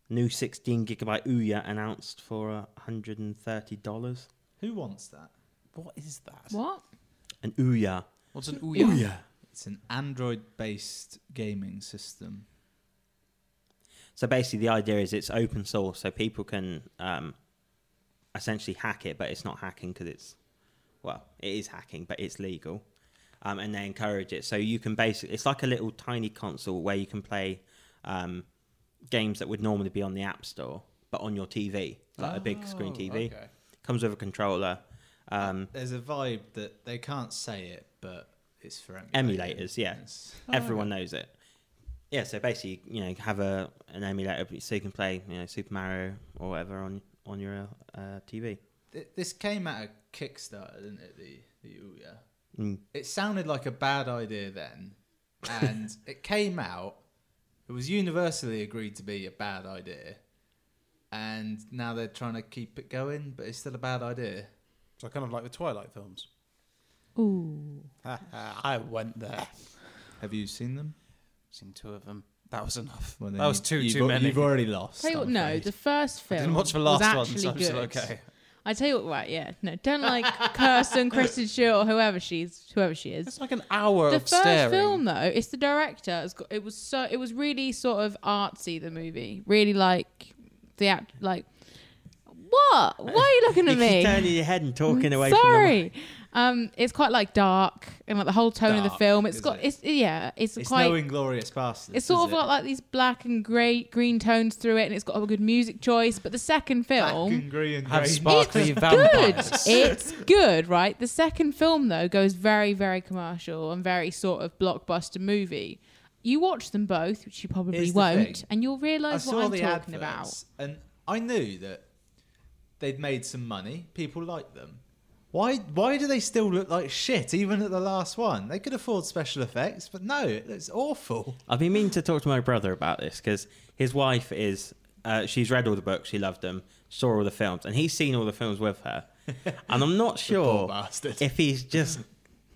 Speaker 2: New 16 gigabyte Ouya announced for uh, $130.
Speaker 3: Who wants that?
Speaker 4: What is that?
Speaker 1: What?
Speaker 2: An Ouya.
Speaker 4: What's an Ouya?
Speaker 3: It's an Android based gaming system.
Speaker 2: So basically, the idea is it's open source, so people can um, essentially hack it, but it's not hacking because it's, well, it is hacking, but it's legal. Um, and they encourage it. So you can basically, it's like a little tiny console where you can play um, games that would normally be on the App Store, but on your TV, like a big screen
Speaker 4: Oh,
Speaker 2: TV.
Speaker 4: okay.
Speaker 2: Comes with a controller. Um,
Speaker 3: There's a vibe that they can't say it, but it's for emulators.
Speaker 2: Emulators, yeah.
Speaker 3: It's-
Speaker 4: Oh,
Speaker 2: Everyone knows it. Yeah, so basically, you know, have a an emulator so you can play, you know, Super Mario or whatever on on your uh, TV.
Speaker 3: Th- This came out of Kickstarter, didn't it? The, the Ouya.
Speaker 2: Mm.
Speaker 3: It sounded like a bad idea then, and it came out. It was universally agreed to be a bad idea, and now they're trying to keep it going, but it's still a bad idea.
Speaker 4: So kind of like the Twilight films.
Speaker 1: Ooh.
Speaker 4: I went there.
Speaker 3: Have you seen them?
Speaker 4: Seen two of them. That was enough. that was too too many.
Speaker 3: You've already lost.
Speaker 1: Tell you what, no, the first
Speaker 4: I
Speaker 1: film.
Speaker 4: didn't watch the
Speaker 1: was
Speaker 4: last one,
Speaker 1: actually
Speaker 4: so I'm still
Speaker 1: good.
Speaker 4: okay.
Speaker 1: I tell you what, right, yeah. No, don't like Kirsten, Kristen Stewart, or whoever she's, whoever she is.
Speaker 4: It's like an hour
Speaker 1: the
Speaker 4: of
Speaker 1: first
Speaker 4: staring.
Speaker 1: film though it's the director it's got, it was so it was really sort of artsy the movie really like the act like what why are you looking
Speaker 2: You
Speaker 1: at me
Speaker 2: keep turning your head and talking away from
Speaker 1: sorry um it's quite like dark and like the whole tone of the
Speaker 3: Dark,
Speaker 1: film it's
Speaker 3: is
Speaker 1: got
Speaker 3: it?
Speaker 1: it's yeah it's,
Speaker 3: It's
Speaker 1: quite
Speaker 3: no inglorious bastard.
Speaker 1: it's sort of got like these black and grey green tones through it and it's got a good music choice but the second film
Speaker 4: Have
Speaker 1: it's
Speaker 4: sparkly
Speaker 1: good.
Speaker 4: vampires.
Speaker 1: It's good, right? The second film though goes very, very commercial and very sort of blockbuster movie. You watch them both, which you probably
Speaker 3: Here's the
Speaker 1: won't,
Speaker 3: thing.
Speaker 1: and you'll
Speaker 3: I
Speaker 1: realise
Speaker 3: saw
Speaker 1: what I'm
Speaker 3: the
Speaker 1: talking
Speaker 3: adverts,
Speaker 1: about.
Speaker 3: and I knew that they'd made some money. People like them. Why? Why do they still look like shit? Even at the last one, they could afford special effects, but no, it looks awful.
Speaker 2: the. I've been meaning to talk to my brother about this because his wife is. Uh, she's read all the books. She loved them. Saw all the films, and he's seen all the films with her. And I'm not
Speaker 3: Poor
Speaker 2: sure
Speaker 3: bastard.
Speaker 2: if he's just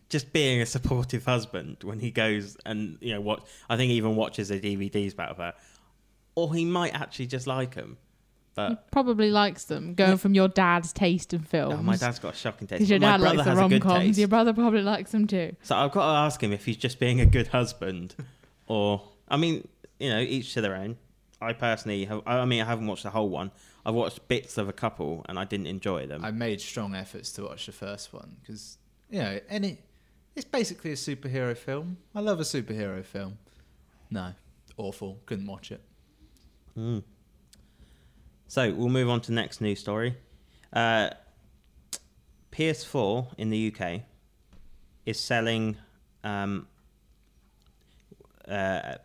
Speaker 2: just being a supportive husband when he goes and you know what I think he even watches the DVDs about her, or he might actually just like them.
Speaker 1: He
Speaker 2: But
Speaker 1: probably likes them, going from your dad's taste in films.
Speaker 2: oh, my dad's got a shocking taste.
Speaker 1: because your
Speaker 2: but my
Speaker 1: dad
Speaker 2: brother
Speaker 1: likes the
Speaker 2: has a
Speaker 1: rom
Speaker 2: good
Speaker 1: coms.
Speaker 2: taste.
Speaker 1: Your brother probably likes them too.
Speaker 2: So I've got to ask him if he's just being a good husband, or I mean, you know, each to their own. I personally have. I I mean, I haven't watched the whole one. I've watched bits of a couple, and I didn't enjoy them.
Speaker 3: I made strong efforts to watch the first one because you know, any it's basically a superhero film. I love a superhero film. No, awful. Couldn't watch it.
Speaker 2: Mm. So we'll move on to the next news story. Uh, PS4 in the UK is selling. Um, uh,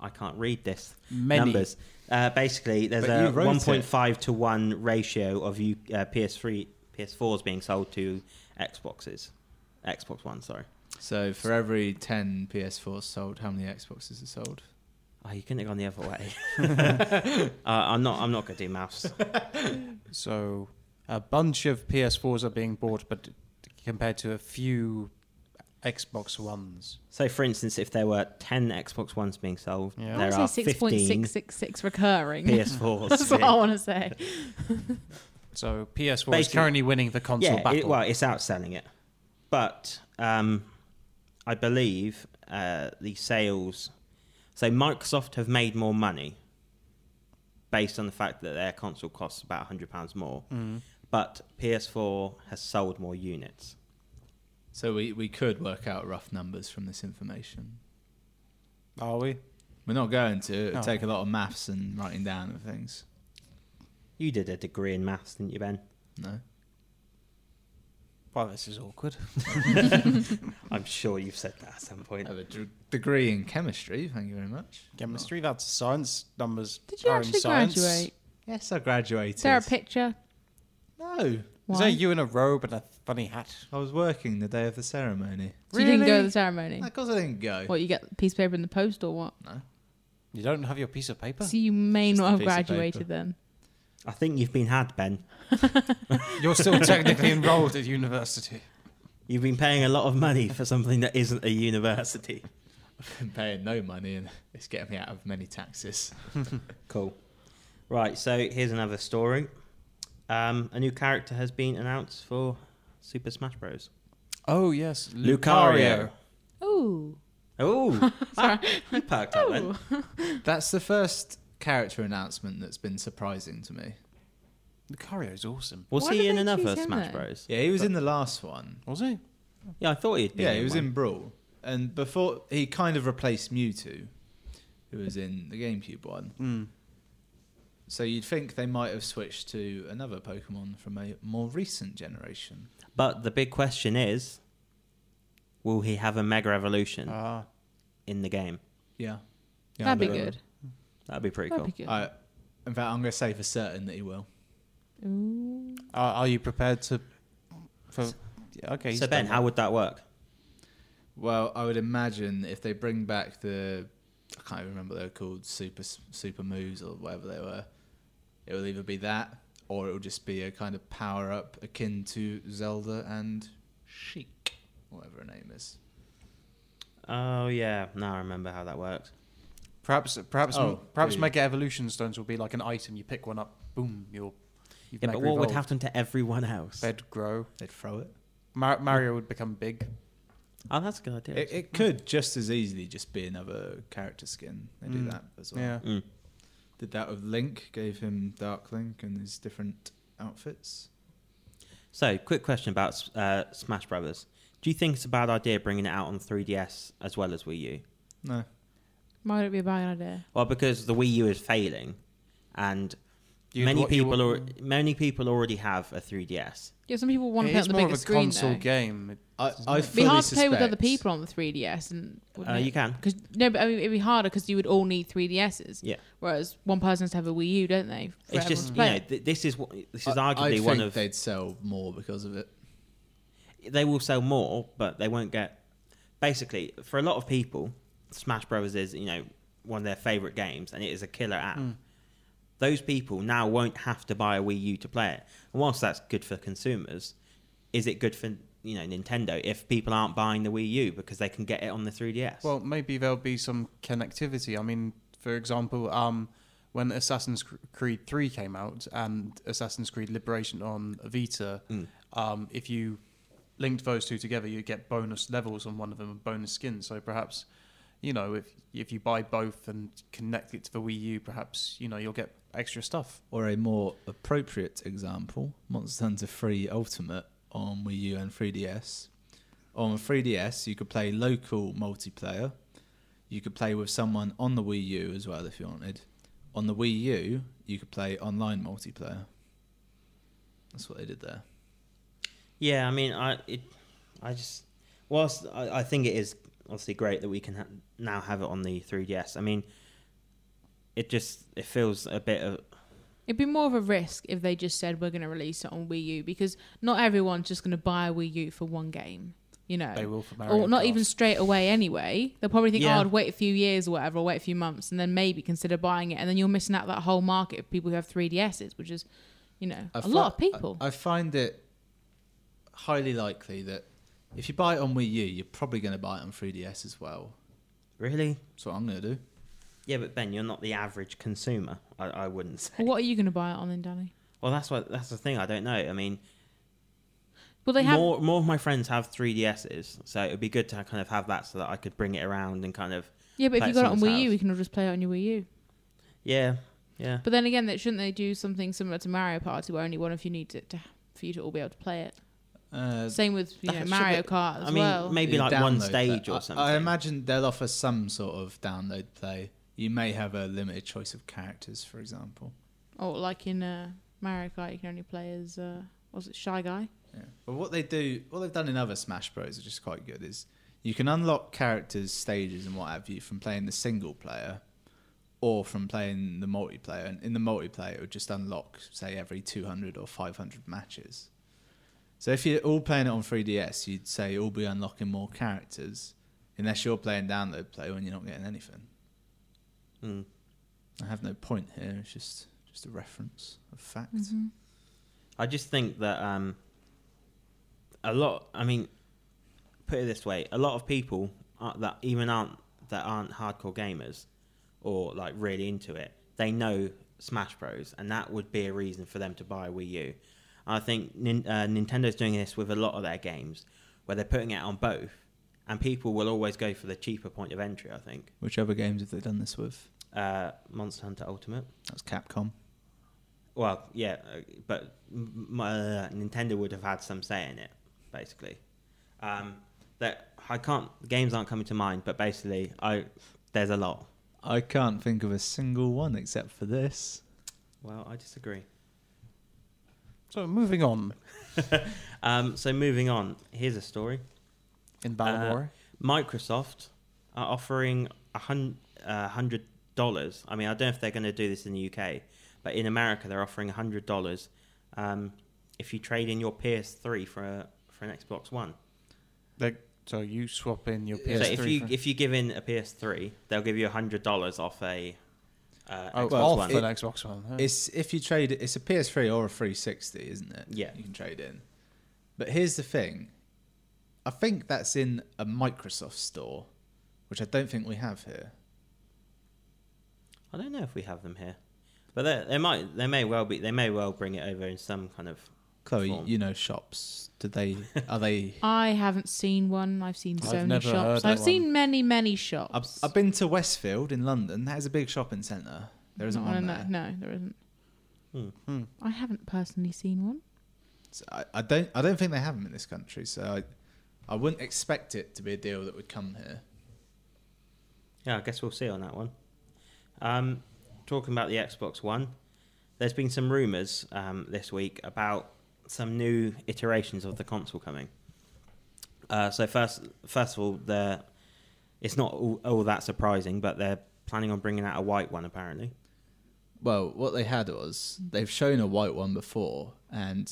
Speaker 2: I can't read this
Speaker 4: Many.
Speaker 2: numbers. Uh, basically, there's
Speaker 3: But you
Speaker 2: a
Speaker 3: wrote
Speaker 2: 1.5 to one ratio of U- uh, PS3 PS4s being sold to Xboxes, Xbox One. Sorry.
Speaker 3: So for every ten PS4s sold, how many Xboxes are sold?
Speaker 2: Oh, you couldn't have gone the other way. uh, I'm not. I'm not gonna do maths.
Speaker 4: So a bunch of PS4s are being bought, but compared to a few Xbox Ones.
Speaker 2: So, for instance, if there were ten Xbox Ones being sold,
Speaker 4: Yeah.
Speaker 1: I
Speaker 2: there are
Speaker 1: want to say
Speaker 2: 15
Speaker 1: 6.666 recurring.
Speaker 2: PS4s.
Speaker 1: That's what I want to say.
Speaker 4: So PS4 is
Speaker 2: Basically-
Speaker 4: currently winning the console
Speaker 2: yeah,
Speaker 4: battle.
Speaker 2: it, well, it's outselling it, but um, I believe uh, the sales. So Microsoft have made more money based on the fact that their console costs about hundred pounds more, but PS4 has sold more units.
Speaker 3: So we, we could work out rough numbers from this information.
Speaker 4: Are we?
Speaker 3: We're not going to. It'd
Speaker 4: No.
Speaker 3: take a lot of maths and writing down of things.
Speaker 2: You did a degree in maths, didn't you, Ben?
Speaker 3: No.
Speaker 4: Well, this is awkward.
Speaker 2: I'm sure you've said that at some point.
Speaker 3: I have a d- degree in chemistry. Thank you very much.
Speaker 4: Chemistry, that's science. Numbers
Speaker 1: Did you
Speaker 4: are in
Speaker 1: actually
Speaker 4: science.
Speaker 1: graduate?
Speaker 3: Yes, I graduated.
Speaker 1: Is there a picture?
Speaker 3: No,
Speaker 4: Is
Speaker 1: Why?
Speaker 4: there you in a robe and a funny hat?
Speaker 3: I was working the day of the ceremony.
Speaker 1: So you didn't go to
Speaker 4: Really?
Speaker 1: the ceremony?
Speaker 3: Of course, I didn't go.
Speaker 1: What, you get a piece of paper in the post or what?
Speaker 4: You don't have your piece of paper?
Speaker 1: So you may
Speaker 3: Just a
Speaker 1: not have
Speaker 3: piece of
Speaker 1: graduated then.
Speaker 2: I think you've been had, Ben.
Speaker 4: You're still technically enrolled at university.
Speaker 2: You've been paying a lot of money for something that isn't a university.
Speaker 3: I've been paying no money, and it's getting me out of many taxes.
Speaker 2: Cool. Right, so here's another story. Um, a new character has been announced for Super Smash Bros.
Speaker 4: Oh, yes.
Speaker 1: Ooh.
Speaker 2: Oh, you perked up then.
Speaker 1: Ooh.
Speaker 3: That's the first character announcement that's been surprising to me.
Speaker 4: Lucario's awesome.
Speaker 2: Was
Speaker 1: Why
Speaker 2: he
Speaker 1: did
Speaker 2: in
Speaker 1: they
Speaker 2: another
Speaker 1: choose him then?
Speaker 2: Smash Bros?
Speaker 3: Yeah, he was in the last one.
Speaker 4: Was he?
Speaker 2: Yeah, I thought he'd been.
Speaker 3: Yeah, he was
Speaker 2: one.
Speaker 3: in Brawl, and before he kind of replaced Mewtwo, who was in the GameCube one.
Speaker 4: Mm.
Speaker 3: So you'd think they might have switched to another Pokemon from a more recent generation.
Speaker 2: But the big question is, will he have a Mega Evolution
Speaker 4: Ah.
Speaker 2: in the game?
Speaker 3: Yeah, yeah
Speaker 1: That'd be
Speaker 3: but- uh,
Speaker 1: good.
Speaker 2: That'd be pretty
Speaker 1: That'd
Speaker 2: cool.
Speaker 1: be good.
Speaker 3: I, in fact, I'm going to say for certain that he will.
Speaker 1: Ooh.
Speaker 4: are, are you prepared to. For, yeah, okay.
Speaker 2: so Ben, how would that work?
Speaker 3: Well, I would imagine if they bring back the, I can't even remember what they were called, super super moves or whatever they were, it will either be that or it will just be a kind of power up akin to Zelda and Sheik, whatever her name is.
Speaker 2: Oh yeah, now I remember how that worked.
Speaker 4: Perhaps, perhaps,
Speaker 3: Oh,
Speaker 4: perhaps
Speaker 3: yeah.
Speaker 4: Mega Evolution Stones will be like an item. You pick one up, boom, you're. You've
Speaker 2: Yeah, but
Speaker 4: Mega
Speaker 2: what would
Speaker 4: evolved.
Speaker 2: happen to everyone else?
Speaker 4: They'd grow.
Speaker 3: They'd throw it.
Speaker 4: Mar- Mario would become big.
Speaker 2: Oh, that's a good idea.
Speaker 3: It, it could just as easily just be another character skin. They do
Speaker 4: Mm.
Speaker 3: that as well.
Speaker 4: Yeah.
Speaker 2: Mm.
Speaker 3: Did that with Link, gave him Dark Link and his different outfits.
Speaker 2: So, quick question about uh, Smash Brothers. Do you think it's a bad idea bringing it out on 3DS as well as Wii U?
Speaker 3: No.
Speaker 1: Might not be a bad idea.
Speaker 2: Well, because the Wii U is failing, and
Speaker 4: You'd
Speaker 2: many
Speaker 4: wa- you
Speaker 2: people
Speaker 4: wa-
Speaker 2: al- many people already have a 3DS.
Speaker 1: Yeah, some people want to
Speaker 4: Yeah,
Speaker 1: play
Speaker 4: it's
Speaker 1: on the
Speaker 4: more
Speaker 1: bigger
Speaker 4: of a
Speaker 1: screen
Speaker 4: console
Speaker 1: though.
Speaker 4: game.
Speaker 3: I, I
Speaker 1: It'd be
Speaker 3: fully
Speaker 1: hard to play with other
Speaker 3: suspect-
Speaker 1: people on the 3DS, and
Speaker 2: Uh, you can.
Speaker 1: because no, but I mean, it'd be harder because you would all need 3DSs.
Speaker 2: Yeah.
Speaker 1: Whereas one person has to have a Wii U, don't they? for
Speaker 2: It's
Speaker 1: everyone
Speaker 2: just
Speaker 1: to
Speaker 2: you
Speaker 1: play
Speaker 2: know
Speaker 1: it?
Speaker 2: th- this is what this is
Speaker 3: I- I'd
Speaker 2: arguably one
Speaker 3: think
Speaker 2: of
Speaker 3: they'd sell more because of it.
Speaker 2: they will sell more, but they won't get. Basically, for a lot of people, Smash Brothers is you know one of their favorite games, and it is a killer app. Those people now won't have to buy a Wii U to play it. And whilst that's good for consumers, is it good for you know Nintendo if people aren't buying the Wii U because they can get it on the 3DS?
Speaker 4: Well, maybe there'll be some connectivity. I mean, for example, um, when Assassin's Cre- Creed 3 came out and Assassin's Creed Liberation on Vita,
Speaker 2: Mm.
Speaker 4: um, if you linked those two together, you'd get bonus levels on one of them and bonus skins. So perhaps, you know, if if you buy both and connect it to the Wii U, perhaps, you know, you'll get extra stuff.
Speaker 3: Or a more appropriate example, Monster Hunter 3 Ultimate on Wii U and 3DS. On 3DS, you could play local multiplayer. You could play with someone on the Wii U as well if you wanted. On the Wii U, you could play online multiplayer. That's what they did there.
Speaker 2: Yeah, I mean, I it, I just whilst I, I think it is obviously great that we can ha- now have it on the 3DS. I mean, it just it feels a bit of
Speaker 1: It'd be more of a risk if they just said we're going to release it on Wii U because not everyone's just going to buy a Wii U for one game, you know.
Speaker 4: They will for Mario
Speaker 1: or not
Speaker 4: Kart.
Speaker 1: even straight away anyway. They'll probably think,
Speaker 2: Yeah.
Speaker 1: oh, I'd wait a few years or whatever, or wait a few months, and then maybe consider buying it. And then you're missing out that whole market of people who have 3DSs, which is, you know,
Speaker 3: I
Speaker 1: a
Speaker 3: fi-
Speaker 1: lot of people.
Speaker 3: I, I find it highly likely that if you buy it on Wii U, you're probably going to buy it on 3DS as well.
Speaker 2: really.
Speaker 3: That's what I'm going to do.
Speaker 2: Yeah, but Ben, you're not the average consumer. I, I wouldn't say.
Speaker 1: Well, what are you going to buy it on then, Danny?
Speaker 2: Well, that's what that's the thing. I don't know. I mean,
Speaker 1: Well, they have.
Speaker 2: more more of my friends have 3DSs, so it'd be good to kind of have that so that I could bring it around and kind of
Speaker 1: yeah, but if
Speaker 2: play
Speaker 1: you
Speaker 2: at
Speaker 1: got it on
Speaker 2: someone's
Speaker 1: Wii U,
Speaker 2: house.
Speaker 1: you can all just play it on your Wii U.
Speaker 2: yeah, yeah.
Speaker 1: But then again, that shouldn't they do something similar to Mario Party, where only one of you needs it to, for you to all be able to play it?
Speaker 3: Uh,
Speaker 1: Same with you know,
Speaker 2: That should
Speaker 1: Mario
Speaker 2: be-
Speaker 1: Kart as
Speaker 2: I mean,
Speaker 1: well.
Speaker 2: maybe
Speaker 3: you
Speaker 2: like one
Speaker 3: download that.
Speaker 2: stage
Speaker 3: I-
Speaker 2: or something.
Speaker 3: I, imagine they'll offer some sort of download play. You may have a limited choice of characters, for example.
Speaker 1: Or like in uh, Mario Kart, you can only play as uh, was it Shy Guy?
Speaker 3: Yeah. But what they do, what they've done in other Smash Bros, which is quite good, is you can unlock characters, stages, and what have you from playing the single player or from playing the multiplayer. And in the multiplayer, it would just unlock, say, every 200 or 500 matches. So if you're all playing it on 3DS, you'd say you'll be unlocking more characters, unless you're playing download play when you're not getting anything.
Speaker 2: Mm.
Speaker 3: I have no point here. It's just just a reference of fact.
Speaker 1: Mm-hmm.
Speaker 2: I just think that um, a lot. I mean, put it this way: a lot of people are, that even aren't that aren't hardcore gamers or like really into it, they know Smash Bros, and that would be a reason for them to buy a Wii U. I think nin- uh, Nintendo's doing this with a lot of their games, where they're putting it on both, and people will always go for the cheaper point of entry. I think
Speaker 3: Which other games have they done this with?
Speaker 2: uh, Monster Hunter Ultimate.
Speaker 3: That's Capcom.
Speaker 2: Well, yeah, uh, but m- m- uh, Nintendo would have had some say in it, basically. Um, that I can't games aren't coming to mind, but basically, I there's a lot.
Speaker 3: I can't think of a single one except for this.
Speaker 2: Well, I disagree.
Speaker 4: So moving on
Speaker 2: Um, so moving on, here's a story.
Speaker 4: in
Speaker 2: Uh,
Speaker 4: Balmore.
Speaker 2: Microsoft are offering a hun- uh, hundred dollars. I mean, I don't know if they're going to do this in the UK, but in America, they're offering a hundred dollars um, if you trade in your PS3 for a, for an Xbox One.
Speaker 4: like, so you swap in your
Speaker 3: Yeah.
Speaker 4: PS3.
Speaker 2: So if you
Speaker 4: for-
Speaker 2: if you give in a PS3, they'll give you hundred dollars off a uh,
Speaker 4: oh,
Speaker 2: Xbox
Speaker 4: well,
Speaker 2: One.
Speaker 4: for an Xbox One. huh?
Speaker 3: It's if you trade it's a PS3 or a 360, isn't it?
Speaker 2: Yeah.
Speaker 3: You can trade in. But here's the thing. I think that's in a Microsoft store, which I don't think we have here.
Speaker 2: I don't know if we have them here, but they, they might they may well be they may well bring it over in some kind of
Speaker 3: Chloe,
Speaker 2: Form.
Speaker 3: you know shops. Do they are they
Speaker 1: I haven't seen one. I've seen
Speaker 4: I've
Speaker 1: so many
Speaker 4: never heard
Speaker 1: shops.
Speaker 4: of
Speaker 1: I've
Speaker 4: one.
Speaker 1: seen many, many
Speaker 3: I've,
Speaker 1: shops.
Speaker 3: I've been to Westfield in London. That is a big shopping centre. There isn't
Speaker 1: Not
Speaker 3: one
Speaker 1: on a-
Speaker 3: there.
Speaker 1: No, there isn't.
Speaker 2: Hmm.
Speaker 4: Hmm.
Speaker 1: I haven't personally seen one.
Speaker 3: So I, I don't I don't think they have them in this country, so I I wouldn't expect it to be a deal that would come here.
Speaker 2: yeah. I guess we'll see on that one. Um, talking about the Xbox One, there's been some rumors um, this week about some new iterations of the console coming. Uh, so first first of all, they're, it's not all, all that surprising, but they're planning on bringing out a white one apparently.
Speaker 3: Well, what they had was they've shown a white one before, and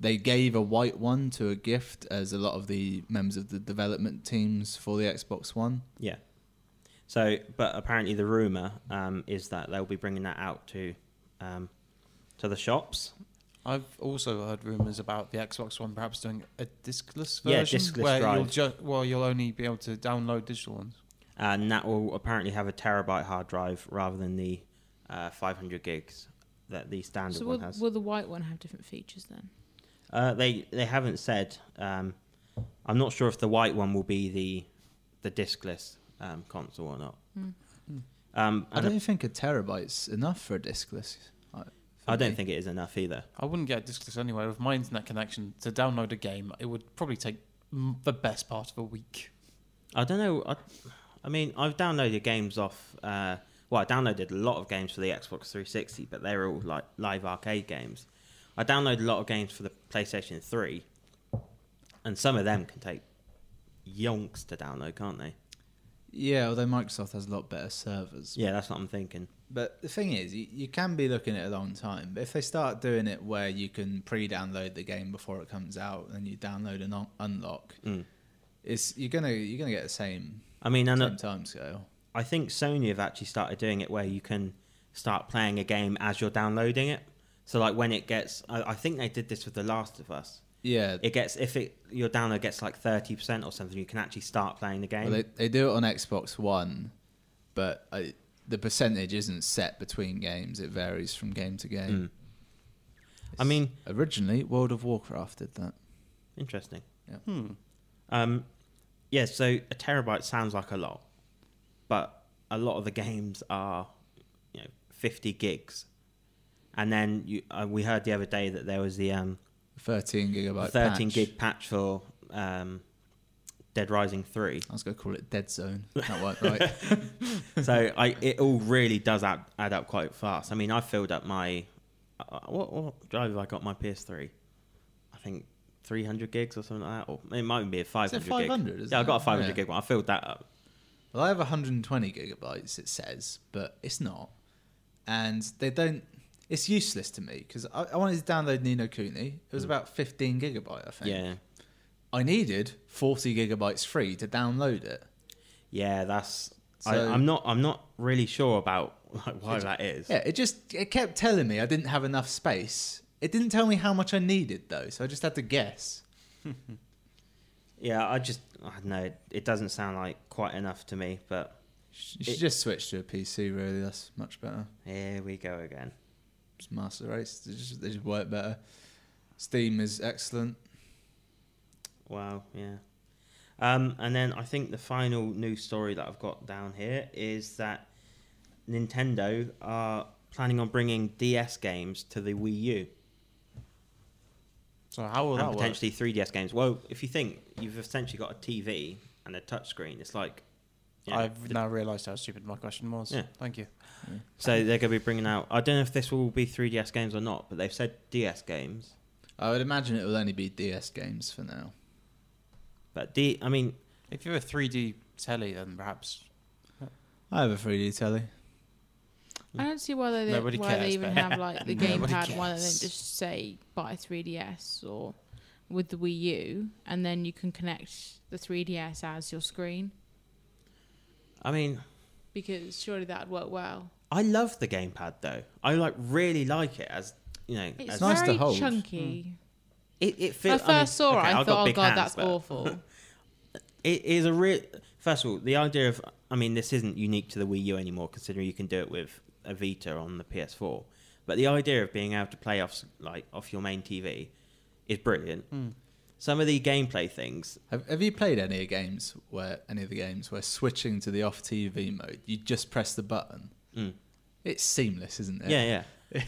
Speaker 3: they gave a white one to a gift as a lot of the members of the development teams for the Xbox One.
Speaker 2: Yeah. So, but apparently the rumor um, is that they'll be bringing that out to um, to the shops.
Speaker 4: I've also heard rumors about the Xbox One perhaps doing a diskless version,
Speaker 2: Yeah, diskless
Speaker 4: where
Speaker 2: drive.
Speaker 4: you'll ju- well you'll only be able to download digital ones.
Speaker 2: and that will apparently have a terabyte hard drive rather than the uh, 500 gigs that the standard
Speaker 1: So
Speaker 2: one
Speaker 1: will,
Speaker 2: has.
Speaker 1: will the white one have different features then?
Speaker 2: uh, they they haven't said. Um, I'm not sure if the white one will be the the diskless um, console or not.
Speaker 1: Hmm.
Speaker 4: Hmm.
Speaker 2: Um,
Speaker 3: I
Speaker 2: and
Speaker 3: don't think a terabyte's enough for a diskless. I, for
Speaker 2: I don't
Speaker 3: me.
Speaker 2: think it is enough either.
Speaker 4: I wouldn't get diskless anyway with my internet connection to download a game. It would probably take mm, the best part of a week.
Speaker 2: I don't know. I, I mean, I've downloaded games off uh, Well, I downloaded a lot of games for the Xbox 360, but they're all like live arcade games. I downloaded a lot of games for the PlayStation 3, and some of them can take yonks to download, can't they?
Speaker 3: Yeah, although Microsoft has a lot better servers.
Speaker 2: Yeah, that's what I'm thinking.
Speaker 3: But the thing is, you, you can be looking at a long time. But if they start doing it where you can pre-download the game before it comes out, and you download and un- unlock,
Speaker 2: Mm.
Speaker 3: it's you're gonna you're gonna get the same
Speaker 2: I mean, and
Speaker 3: same
Speaker 2: uh,
Speaker 3: time scale.
Speaker 2: I think Sony have actually started doing it where you can start playing a game as you're downloading it. So like when it gets, I, I think they did this with The Last of Us.
Speaker 3: Yeah,
Speaker 2: It gets if it your download gets like thirty percent or something, you can actually start playing the game.
Speaker 3: well, they they do it on Xbox One, but I, the percentage isn't set between games. It varies from game to
Speaker 2: Hmm.
Speaker 3: game.
Speaker 2: Mm. I mean-
Speaker 3: originally World of Warcraft did that.
Speaker 2: Interesting.
Speaker 4: Hmm.
Speaker 2: Um, yeah, so a terabyte sounds like a lot, but a lot of the games are, you know, fifty gigs, and then you, uh, we heard the other day that there was the um,
Speaker 3: Thirteen gigabyte.
Speaker 2: thirteen
Speaker 3: patch.
Speaker 2: gig patch for um, Dead Rising three.
Speaker 3: I was gonna call it Dead Zone. That worked right.
Speaker 2: so I, it all really does add, add up quite fast. I mean, I filled up my uh, what, what drive have I got my PS3? I think 300 gigs or something like that, or it might even be a 500. gig.
Speaker 3: 500, isn't
Speaker 2: Yeah, I got a
Speaker 3: it?
Speaker 2: 500
Speaker 3: Yeah.
Speaker 2: gig one. I filled that up.
Speaker 3: Well, I have 120 gigabytes, it says, but it's not. And they don't, it's useless to me because I, I wanted to download Nino Cooney. It was about 15 gigabyte, I think.
Speaker 2: Hmm. Yeah,
Speaker 3: I needed 40 gigabytes free to download it.
Speaker 2: yeah, that's.
Speaker 3: So-
Speaker 2: I, I'm not. I'm not really sure about like why
Speaker 3: It's-
Speaker 2: that is.
Speaker 3: Yeah, it just, it kept telling me I didn't have enough space. It didn't tell me how much I needed though, so I just had to guess.
Speaker 2: Yeah, I just. I don't know. It doesn't sound like quite enough to me. But
Speaker 3: You should
Speaker 2: It-
Speaker 3: just switch to a PC, really. That's much better.
Speaker 2: here we go again.
Speaker 3: Just master race, they just, they just work better. Steam is excellent.
Speaker 2: Wow, yeah. Um, and then I think the final news story that I've got down here is that Nintendo are planning on bringing DS games to the Wii U
Speaker 4: So how will
Speaker 2: and
Speaker 4: that work?
Speaker 2: potentially 3DS games. Well, if you think you've essentially got a TV and a touchscreen, it's like you know,
Speaker 4: I've
Speaker 2: the-
Speaker 4: now realised how stupid my question was.
Speaker 2: Yeah.
Speaker 4: Thank you.
Speaker 2: so they're going to be bringing out. I don't know if this will be 3DS games or not, but they've said DS games.
Speaker 3: I would imagine it will only be DS games for now.
Speaker 2: But D, I mean,
Speaker 4: If you have a 3D telly, then perhaps
Speaker 3: I have a 3D telly.
Speaker 1: I don't see why they
Speaker 4: Nobody
Speaker 1: why they
Speaker 4: cares,
Speaker 1: even
Speaker 4: mate.
Speaker 1: have like the
Speaker 4: Nobody
Speaker 1: gamepad one and then
Speaker 4: cares.
Speaker 1: just say buy a 3DS or with the Wii U and then you can connect the 3DS as your screen
Speaker 2: I mean,
Speaker 1: because surely that'd work well.
Speaker 2: I love the gamepad though. I like really like it as you know.
Speaker 1: It's
Speaker 2: as
Speaker 3: nice to
Speaker 1: very
Speaker 3: hold.
Speaker 4: Hmm.
Speaker 1: chunky.
Speaker 2: It, it
Speaker 1: When I
Speaker 2: feels.
Speaker 1: first saw it, I thought, oh god, that's awful.
Speaker 2: It is a real. First of all, the idea of I mean, this isn't unique to the Wii U anymore, considering you can do it with a Vita on the PS4. But the idea of being able to play off s- like off your main TV is brilliant. Some of the gameplay things,
Speaker 3: Have, have you played any games where any of the games where switching to the off TV mode, you just press the button?
Speaker 2: Mm.
Speaker 3: It's seamless, isn't it?
Speaker 2: yeah, yeah,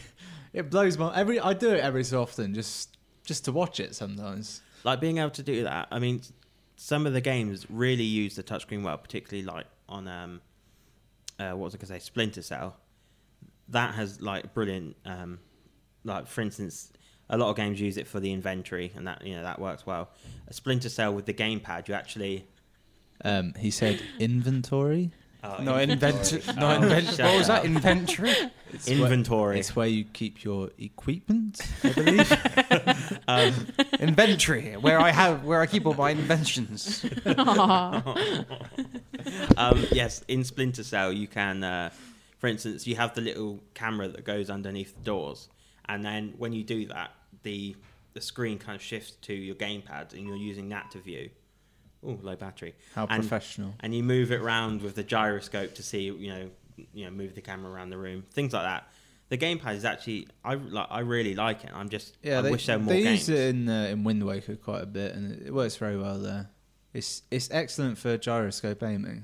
Speaker 3: It blows my every. I do it every so often just just to watch it sometimes.
Speaker 2: like being able to do that. I mean, s- some of the games really use the touchscreen well, particularly like on um, uh, what was I going to say, Splinter Cell. That has like brilliant, um, like for instance, a lot of games use it for the inventory, and that you know that works well. A Splinter Cell with the gamepad, you actually.
Speaker 3: Um, he said inventory.
Speaker 2: Uh,
Speaker 4: no inventory. No
Speaker 2: Oh,
Speaker 4: invent-
Speaker 2: shut
Speaker 4: What was
Speaker 2: up.
Speaker 4: that? Inventory.
Speaker 3: It's Where,
Speaker 2: inventory.
Speaker 3: it's where you keep your equipment, I believe.
Speaker 2: Um,
Speaker 4: inventory. Where I have, where I keep all my inventions.
Speaker 1: Aw.
Speaker 2: um, yes, in Splinter Cell, you can, uh, for instance, you have the little camera that goes underneath the doors, and then when you do that, the the screen kind of shifts to your gamepad, and you're using that to view. Oh, low battery.
Speaker 3: How
Speaker 2: And-
Speaker 3: professional.
Speaker 2: And you move it round with the gyroscope to see, you know, you know, move the camera around the room, things like that. The gamepad is actually, I like, I really like it. I'm just,
Speaker 3: Yeah,
Speaker 2: I
Speaker 3: they,
Speaker 2: wish there were more
Speaker 3: they
Speaker 2: games.
Speaker 3: use it in uh, in Wind Waker quite a bit, and it, it works very well there. It's it's excellent for gyroscope aiming.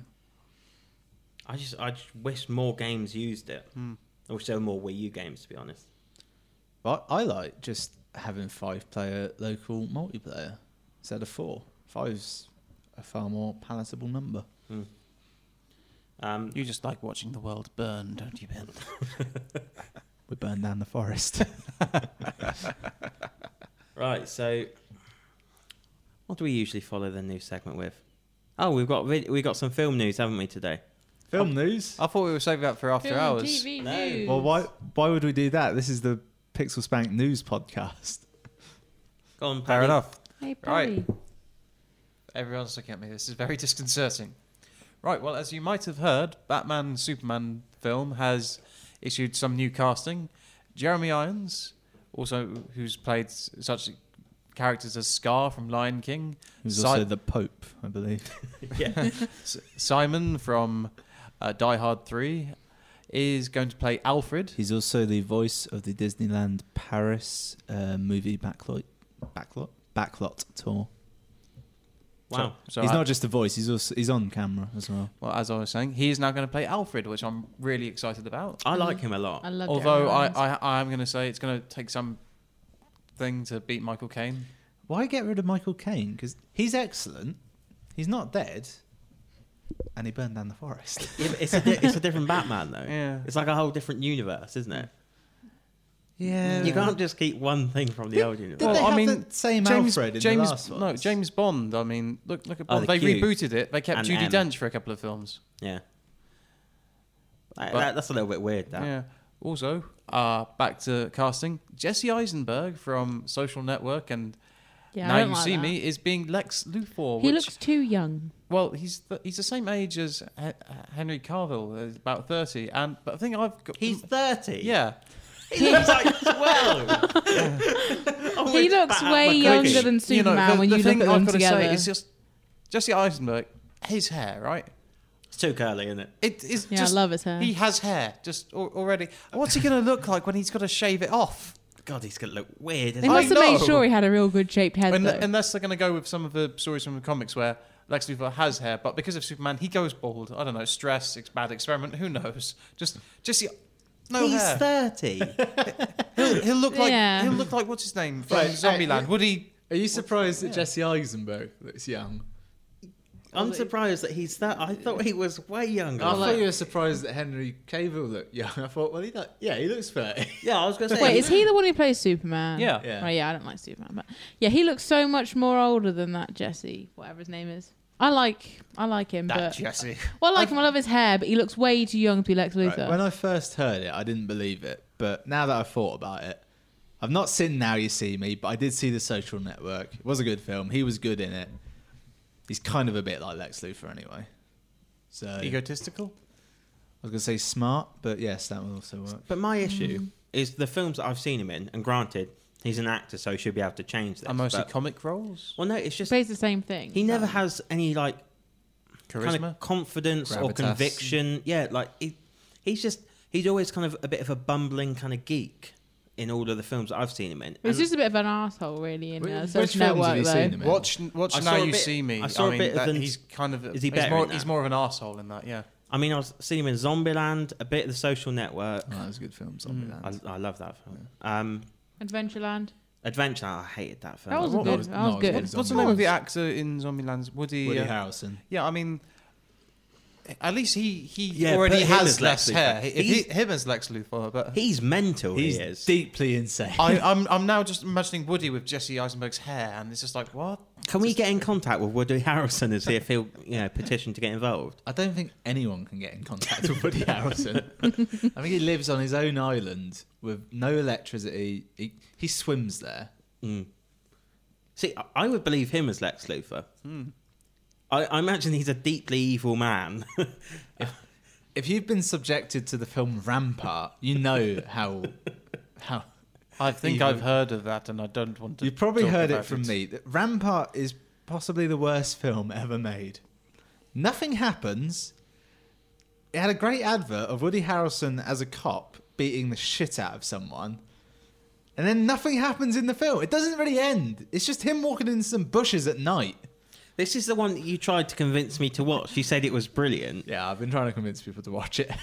Speaker 2: I just, I just wish more games used it.
Speaker 3: Hmm.
Speaker 2: I wish there were more Wii U games, to be honest.
Speaker 3: But I like just having five player local multiplayer instead of four. Five's a far more palatable number.
Speaker 2: Um,
Speaker 4: You just like watching the world burn, don't you, Ben?
Speaker 3: We burn down the forest.
Speaker 2: right, so what do we usually follow the news segment with? Oh, we've got vid- we got some film news, haven't we today?
Speaker 3: Film news.
Speaker 4: I thought we were saving that for after
Speaker 1: Film,
Speaker 4: hours.
Speaker 1: TV
Speaker 2: No.
Speaker 1: news.
Speaker 3: Oh, Well, why why would we do that? This is the Pixel Spank News podcast.
Speaker 2: Go on,
Speaker 4: Fair
Speaker 2: Paddy.
Speaker 4: enough.
Speaker 1: Hey, Barry.
Speaker 4: Right. Everyone's looking at me. This is very disconcerting. Right, well, as you might have heard, Batman Superman film has issued some new casting. Jeremy Irons, also who's played s- such characters as Scar from Lion King,
Speaker 3: Who's
Speaker 4: Si-
Speaker 3: also the Pope, I believe.
Speaker 2: yeah,
Speaker 4: S- Simon from uh, Die Hard 3 is going to play Alfred.
Speaker 3: He's also the voice of the Disneyland Paris uh, movie backlot, backlot, backlot tour.
Speaker 2: wow.
Speaker 4: So, so
Speaker 3: he's
Speaker 4: I-
Speaker 3: not just a voice; he's also he's on camera as well.
Speaker 4: well, as I was saying, he is now going to play Alfred, which I'm really excited about.
Speaker 2: I like him a lot.
Speaker 1: I love
Speaker 4: Although I, I, I am going to say it's going to take some thing to beat Michael Caine.
Speaker 3: Why get rid of Michael Caine? Because he's excellent. He's not dead, and he burned down the forest.
Speaker 2: Yeah, but it's a di- it's a different Batman though.
Speaker 4: Yeah.
Speaker 2: It's like a whole different universe, isn't it?
Speaker 3: Yeah,
Speaker 2: You can't just keep one thing from the old universe.
Speaker 3: Did
Speaker 4: Well,
Speaker 3: they
Speaker 4: I
Speaker 3: have
Speaker 4: mean,
Speaker 3: the same
Speaker 4: James,
Speaker 3: Alfred in
Speaker 4: James,
Speaker 3: the last one?
Speaker 4: no, James Bond. I mean, look, look at
Speaker 2: Oh, the
Speaker 4: Bond. they
Speaker 2: Q.
Speaker 4: rebooted it. They kept
Speaker 2: And
Speaker 4: Judy
Speaker 2: M.
Speaker 4: Dench for a couple of films.
Speaker 2: Yeah. That,
Speaker 4: But-
Speaker 2: that- that's a little bit weird. That.
Speaker 4: Yeah. Also, uh, back to casting. Jesse Eisenberg from Social Network and
Speaker 1: yeah,
Speaker 4: Now
Speaker 1: I
Speaker 4: You
Speaker 1: don't like
Speaker 4: See
Speaker 1: that.
Speaker 4: Me is being Lex Luthor.
Speaker 1: He
Speaker 4: which,
Speaker 1: looks too young.
Speaker 4: well, he's the, he's the same age as H- Henry Carville, uh, about thirty. And but I think I've got
Speaker 2: He's 30.
Speaker 4: yeah.
Speaker 2: He looks like Oh, 12.
Speaker 1: He looks way younger than
Speaker 4: You know,
Speaker 1: Superman when you look at
Speaker 4: I've
Speaker 1: them
Speaker 4: gotta
Speaker 1: together.
Speaker 4: Say, it's just Jesse Eisenberg, his hair, right?
Speaker 2: It's too curly, isn't it?
Speaker 4: It is
Speaker 1: Yeah, I
Speaker 4: just,
Speaker 1: love his hair.
Speaker 4: He has hair, just al- already. What's he going to look like when he's got to shave it off?
Speaker 2: God, he's going to look weird.
Speaker 1: They
Speaker 2: Isn't
Speaker 1: must
Speaker 2: he?
Speaker 1: have made
Speaker 4: know.
Speaker 1: sure he had a real good shaped head.
Speaker 4: Un-
Speaker 1: though.
Speaker 4: unless they're going to go with some of the stories from the comics where Lex Luthor has hair, but because of Superman, he goes bald. I don't know, stress, ex- bad experiment, who knows? Just, Jesse, no
Speaker 2: he's
Speaker 4: hair.
Speaker 2: 30.
Speaker 4: He'll, he'll look like
Speaker 1: Yeah.
Speaker 4: he'll look like what's his name from
Speaker 3: Right, uh,
Speaker 4: Zombieland. Would he?
Speaker 3: Are you surprised that Jesse Eisenberg looks young?
Speaker 2: I'm surprised that he's that. I thought he was way younger.
Speaker 3: I
Speaker 2: than
Speaker 3: thought
Speaker 2: that.
Speaker 3: you were surprised that Henry Cavill looked young. I thought, well, he do- yeah, he looks thirty.
Speaker 2: yeah, I was going to say.
Speaker 1: Wait, is he the one who plays Superman?
Speaker 4: Yeah.
Speaker 3: Yeah.
Speaker 1: Right, yeah, I don't like Superman, but yeah, he looks so much more older than that Jesse, whatever his name is. I like, I like him,
Speaker 4: That
Speaker 1: but
Speaker 4: Jesse.
Speaker 1: well, I like him. I love his hair, but he looks way too young to be Lex Luthor.
Speaker 3: When I first heard it, I didn't believe it, but now that I've thought about it, I've not seen Now You See Me, but I did see The Social Network. It was a good film. He was good in it. He's kind of a bit like Lex Luthor anyway. So I
Speaker 4: Egotistical?
Speaker 3: was gonna say smart, but yes, that will also work.
Speaker 2: But my issue is the films that I've seen him in, and granted, he's an actor, so he should be able to change that.
Speaker 4: Are mostly comic roles?
Speaker 2: well, no, it's
Speaker 1: he
Speaker 2: just.
Speaker 1: plays the same thing.
Speaker 2: He never has any, like, kind of confidence or
Speaker 3: Gravitas.
Speaker 2: conviction. Yeah, like he, he's just he's always kind of a bit of a bumbling kind of geek in all of the films that I've seen him in.
Speaker 1: He's
Speaker 2: And
Speaker 1: just a bit of an asshole, really, in
Speaker 3: Which-
Speaker 1: uh,
Speaker 3: which
Speaker 1: Social
Speaker 3: films have
Speaker 1: Network.
Speaker 3: you
Speaker 1: Though
Speaker 3: seen him in?
Speaker 4: Watch, watch
Speaker 2: I saw
Speaker 4: now
Speaker 2: a
Speaker 4: you
Speaker 2: bit-
Speaker 4: see me.
Speaker 2: I saw a
Speaker 4: mean,
Speaker 2: bit of
Speaker 4: that-
Speaker 2: an-
Speaker 4: he's kind of
Speaker 2: Is he
Speaker 4: he's
Speaker 2: better
Speaker 4: more
Speaker 2: in that?
Speaker 4: he's more of an asshole in that. Yeah,
Speaker 2: I mean, I've seen him in Zombieland, a bit of The Social Network.
Speaker 3: Oh, that was a good
Speaker 4: Mm.
Speaker 3: film, Zombieland.
Speaker 2: I, I love that film. Um,
Speaker 1: Adventureland.
Speaker 2: Adventure, I hated that film.
Speaker 1: That was a
Speaker 4: What-
Speaker 1: good.
Speaker 3: was-
Speaker 1: That
Speaker 3: no,
Speaker 1: was
Speaker 3: it was
Speaker 1: good.
Speaker 3: good.
Speaker 4: What's the name of the actor in Zombieland? Woody.
Speaker 3: Woody
Speaker 4: uh,
Speaker 3: Harrelson.
Speaker 4: yeah, I mean, at least he he
Speaker 2: Yeah,
Speaker 4: already
Speaker 2: put him
Speaker 4: has
Speaker 2: as Lex
Speaker 4: less hair.
Speaker 2: Luthor.
Speaker 4: He- he-
Speaker 2: He's-
Speaker 4: him as Lex Luthor, but
Speaker 2: He's
Speaker 4: Oh,
Speaker 2: mental.
Speaker 3: He's
Speaker 2: he is.
Speaker 3: deeply insane.
Speaker 4: I, I'm I'm now just imagining Woody with Jesse Eisenberg's hair, and it's just like what?
Speaker 2: Can we get in contact with Woody Harrelson and see if he'll, you know, petition to get involved?
Speaker 3: I don't think anyone can get in contact with Woody Harrelson. I think he lives on his own island with no electricity. He, he swims there.
Speaker 2: Mm. See, I- I would believe him as Lex Luthor.
Speaker 1: Hmm.
Speaker 2: I, I imagine he's a deeply evil man.
Speaker 3: If you've been subjected to the film Rampart, you know how how
Speaker 4: I think
Speaker 3: Even-
Speaker 4: I've heard of that, and I don't want to.
Speaker 3: you've probably
Speaker 4: talk
Speaker 3: heard it
Speaker 4: about
Speaker 3: from me. that Rampart is possibly the worst film ever made. Nothing happens. It had a great advert of Woody Harrelson as a cop beating the shit out of someone. And then nothing happens in the film. It doesn't really end. It's just him walking in some bushes at night.
Speaker 2: This is the one that you tried to convince me to watch. You said it was brilliant.
Speaker 3: Yeah, I've been trying to convince people to watch it.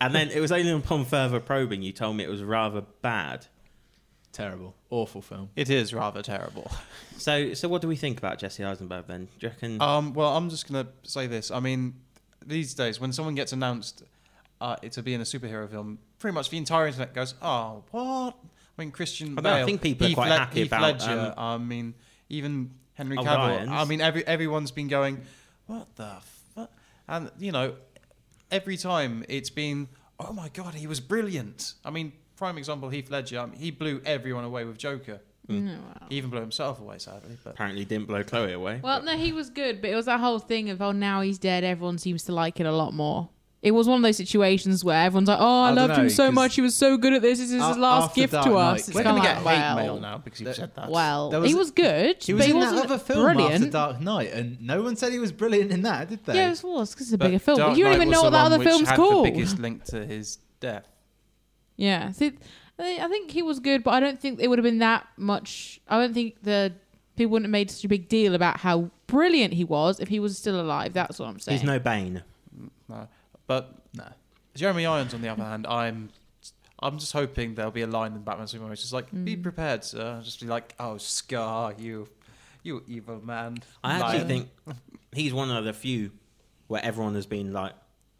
Speaker 2: And then it was only upon further probing you told me it was rather bad.
Speaker 3: Terrible. Awful film.
Speaker 4: It is rather terrible.
Speaker 1: Oh.
Speaker 2: So so what do we think about Jesse Eisenberg then? Do you reckon
Speaker 4: Um, well, I'm just gonna say this. I mean, these days when someone gets announced uh, to be in a superhero film, pretty much the entire internet goes, "Oh, what?" I mean, Christian
Speaker 2: Although I
Speaker 4: Bale,
Speaker 2: think people are
Speaker 4: Heath
Speaker 2: quite
Speaker 4: Led-
Speaker 2: happy
Speaker 4: Heath
Speaker 2: about, um, Oh,
Speaker 4: Ledger, I mean, even Henry Cavill.
Speaker 2: Orions.
Speaker 4: I mean, every everyone's been going, "What the?" Fuck? And you know, every time it's been, "Oh my god, he was brilliant." I mean, prime example, Heath Ledger. I mean, he blew everyone away with Joker.
Speaker 3: Hmm.
Speaker 1: No, Oh, well.
Speaker 4: He even blew himself away, sadly. But
Speaker 2: Apparently, didn't blow Chloe away.
Speaker 1: Well, no, he was good, but it was that whole thing of oh, now he's dead. Everyone seems to like it a lot more. It was one of those situations where everyone's like, "Oh, I,
Speaker 3: I don't
Speaker 1: loved him
Speaker 3: know,
Speaker 1: so
Speaker 3: 'cause
Speaker 1: much. He was so good at this. This is his
Speaker 3: a-
Speaker 1: last
Speaker 3: after
Speaker 1: gift to
Speaker 3: Dark Knight
Speaker 1: us." It's
Speaker 4: we're
Speaker 3: came
Speaker 1: kinda
Speaker 4: gonna
Speaker 3: out-
Speaker 1: like,
Speaker 4: get
Speaker 1: well,
Speaker 4: hate mail now because you've
Speaker 3: That-
Speaker 4: said that.
Speaker 1: Well,
Speaker 3: There
Speaker 1: he
Speaker 3: was-
Speaker 1: was good,
Speaker 3: He was
Speaker 1: but he
Speaker 3: in
Speaker 1: wasn't
Speaker 3: that other film
Speaker 1: brilliant.
Speaker 3: after Dark Knight, and no one said he was brilliant in that, did they?
Speaker 1: Yeah, it was because it's a
Speaker 4: But
Speaker 1: bigger film.
Speaker 4: Dark
Speaker 1: But you don't
Speaker 4: Knight
Speaker 1: even
Speaker 4: was
Speaker 1: know
Speaker 4: the
Speaker 1: what that
Speaker 4: one
Speaker 1: other
Speaker 4: which
Speaker 1: film's
Speaker 4: had
Speaker 1: called.
Speaker 4: The biggest link to his death.
Speaker 1: Yeah, see, I I think he was good, but I don't think it would have been that much. I don't think the people wouldn't have made such a big deal about how brilliant he was if he was still alive. That's what I'm saying.
Speaker 2: He's no Bane.
Speaker 4: No, but
Speaker 3: No.
Speaker 4: Jeremy Irons, on the other hand, I'm, I'm just hoping there'll be a line in Batman Superman which is like, "Be
Speaker 1: Mm.
Speaker 4: prepared, sir." Just be like, "Oh, Scar, you, you evil man."
Speaker 2: I actually
Speaker 4: Lion."
Speaker 2: think he's one of the few where everyone has been like,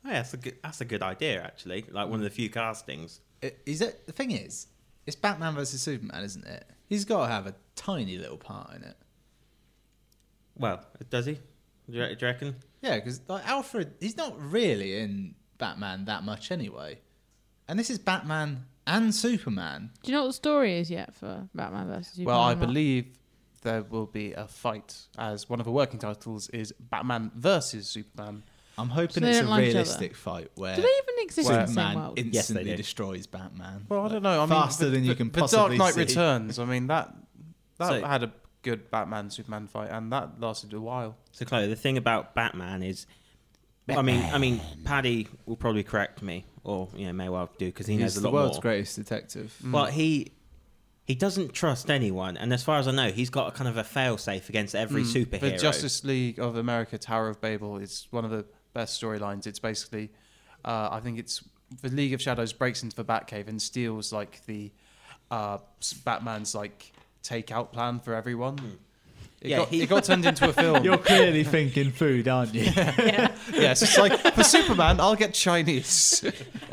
Speaker 2: "Hey, that's a good, that's a good idea." Actually, like one of the few castings.
Speaker 3: It- Uh, Is it the thing is, it's Batman versus Superman, isn't it? He's got to have a tiny little part in it.
Speaker 2: Well, does he? Do you, do you reckon?
Speaker 3: Yeah, because like Alfred, he's not really in Batman that much anyway. And this is Batman and Superman.
Speaker 1: Do you know what the story is yet for Batman versus Superman?
Speaker 4: Well, I
Speaker 1: or not?
Speaker 4: believe there will be a fight, as one of the working titles is Batman versus Superman.
Speaker 3: I'm
Speaker 1: So
Speaker 3: hoping
Speaker 1: they
Speaker 3: it's a
Speaker 1: don't like each other?
Speaker 3: realistic fight where
Speaker 1: Do they even exist in the same
Speaker 3: Superman
Speaker 1: world?
Speaker 2: Yes, they
Speaker 3: instantly
Speaker 2: do.
Speaker 3: destroys Batman.
Speaker 4: Well, I don't know. I mean,
Speaker 3: faster
Speaker 4: the-
Speaker 3: than you
Speaker 4: the-
Speaker 3: can
Speaker 4: the
Speaker 3: possibly
Speaker 4: Dark Knight
Speaker 3: see.
Speaker 4: Returns. I mean, that that
Speaker 2: So-
Speaker 4: had a good Batman Superman fight, and that lasted a while.
Speaker 2: So, Chloe, the thing about Batman is, I mean, I mean, Paddy will probably correct me, or you know, may well do because he
Speaker 3: He's
Speaker 2: knows a
Speaker 3: the
Speaker 2: lot
Speaker 3: world's
Speaker 2: more.
Speaker 3: greatest detective.
Speaker 2: Well, he he doesn't trust anyone, and as far as I know, he's got a kind of a failsafe against every
Speaker 4: Mm.
Speaker 2: superhero.
Speaker 4: The Justice League of America Tower of Babel is one of the best storylines. It's basically, uh, I think it's the League of Shadows breaks into the Batcave and steals like the uh, s- Batman's like takeout plan for everyone. It,
Speaker 2: Yeah,
Speaker 4: got,
Speaker 2: he-
Speaker 4: it got turned into a film.
Speaker 3: You're clearly thinking food, aren't you?
Speaker 4: yeah, it's just like for Superman, I'll get Chinese.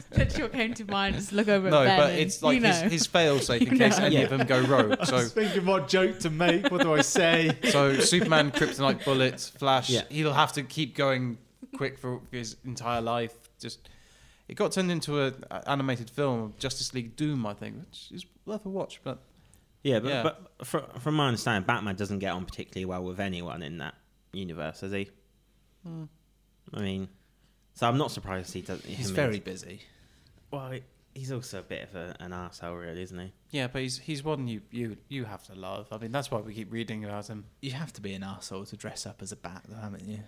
Speaker 1: That's what came to mind. Just look over
Speaker 4: no,
Speaker 1: at Ben.
Speaker 4: but
Speaker 1: and
Speaker 4: it's like
Speaker 1: you know.
Speaker 4: his, his failsafe in
Speaker 1: You
Speaker 4: case
Speaker 1: know.
Speaker 4: any of them go rogue. So
Speaker 3: thinking what joke to make. What do I say?
Speaker 4: So Superman, Kryptonite bullets, Flash.
Speaker 2: Yeah.
Speaker 4: He'll have to keep going quick for his entire life. Just it got turned into an animated film, Justice League Doom, I think, which is worth a watch. But
Speaker 2: yeah, but,
Speaker 4: yeah.
Speaker 2: but fr from my understanding, Batman doesn't get on particularly well with anyone in that universe, does he? I mean, so I'm not surprised he doesn't.
Speaker 3: He's
Speaker 2: him
Speaker 3: very busy.
Speaker 2: well. he- He's also a bit of a, an arsehole, really, isn't he?
Speaker 4: yeah, but he's he's one you you you have to love. I mean, that's why we keep reading about him.
Speaker 3: You have to be an asshole to dress up as a bat, though, haven't you?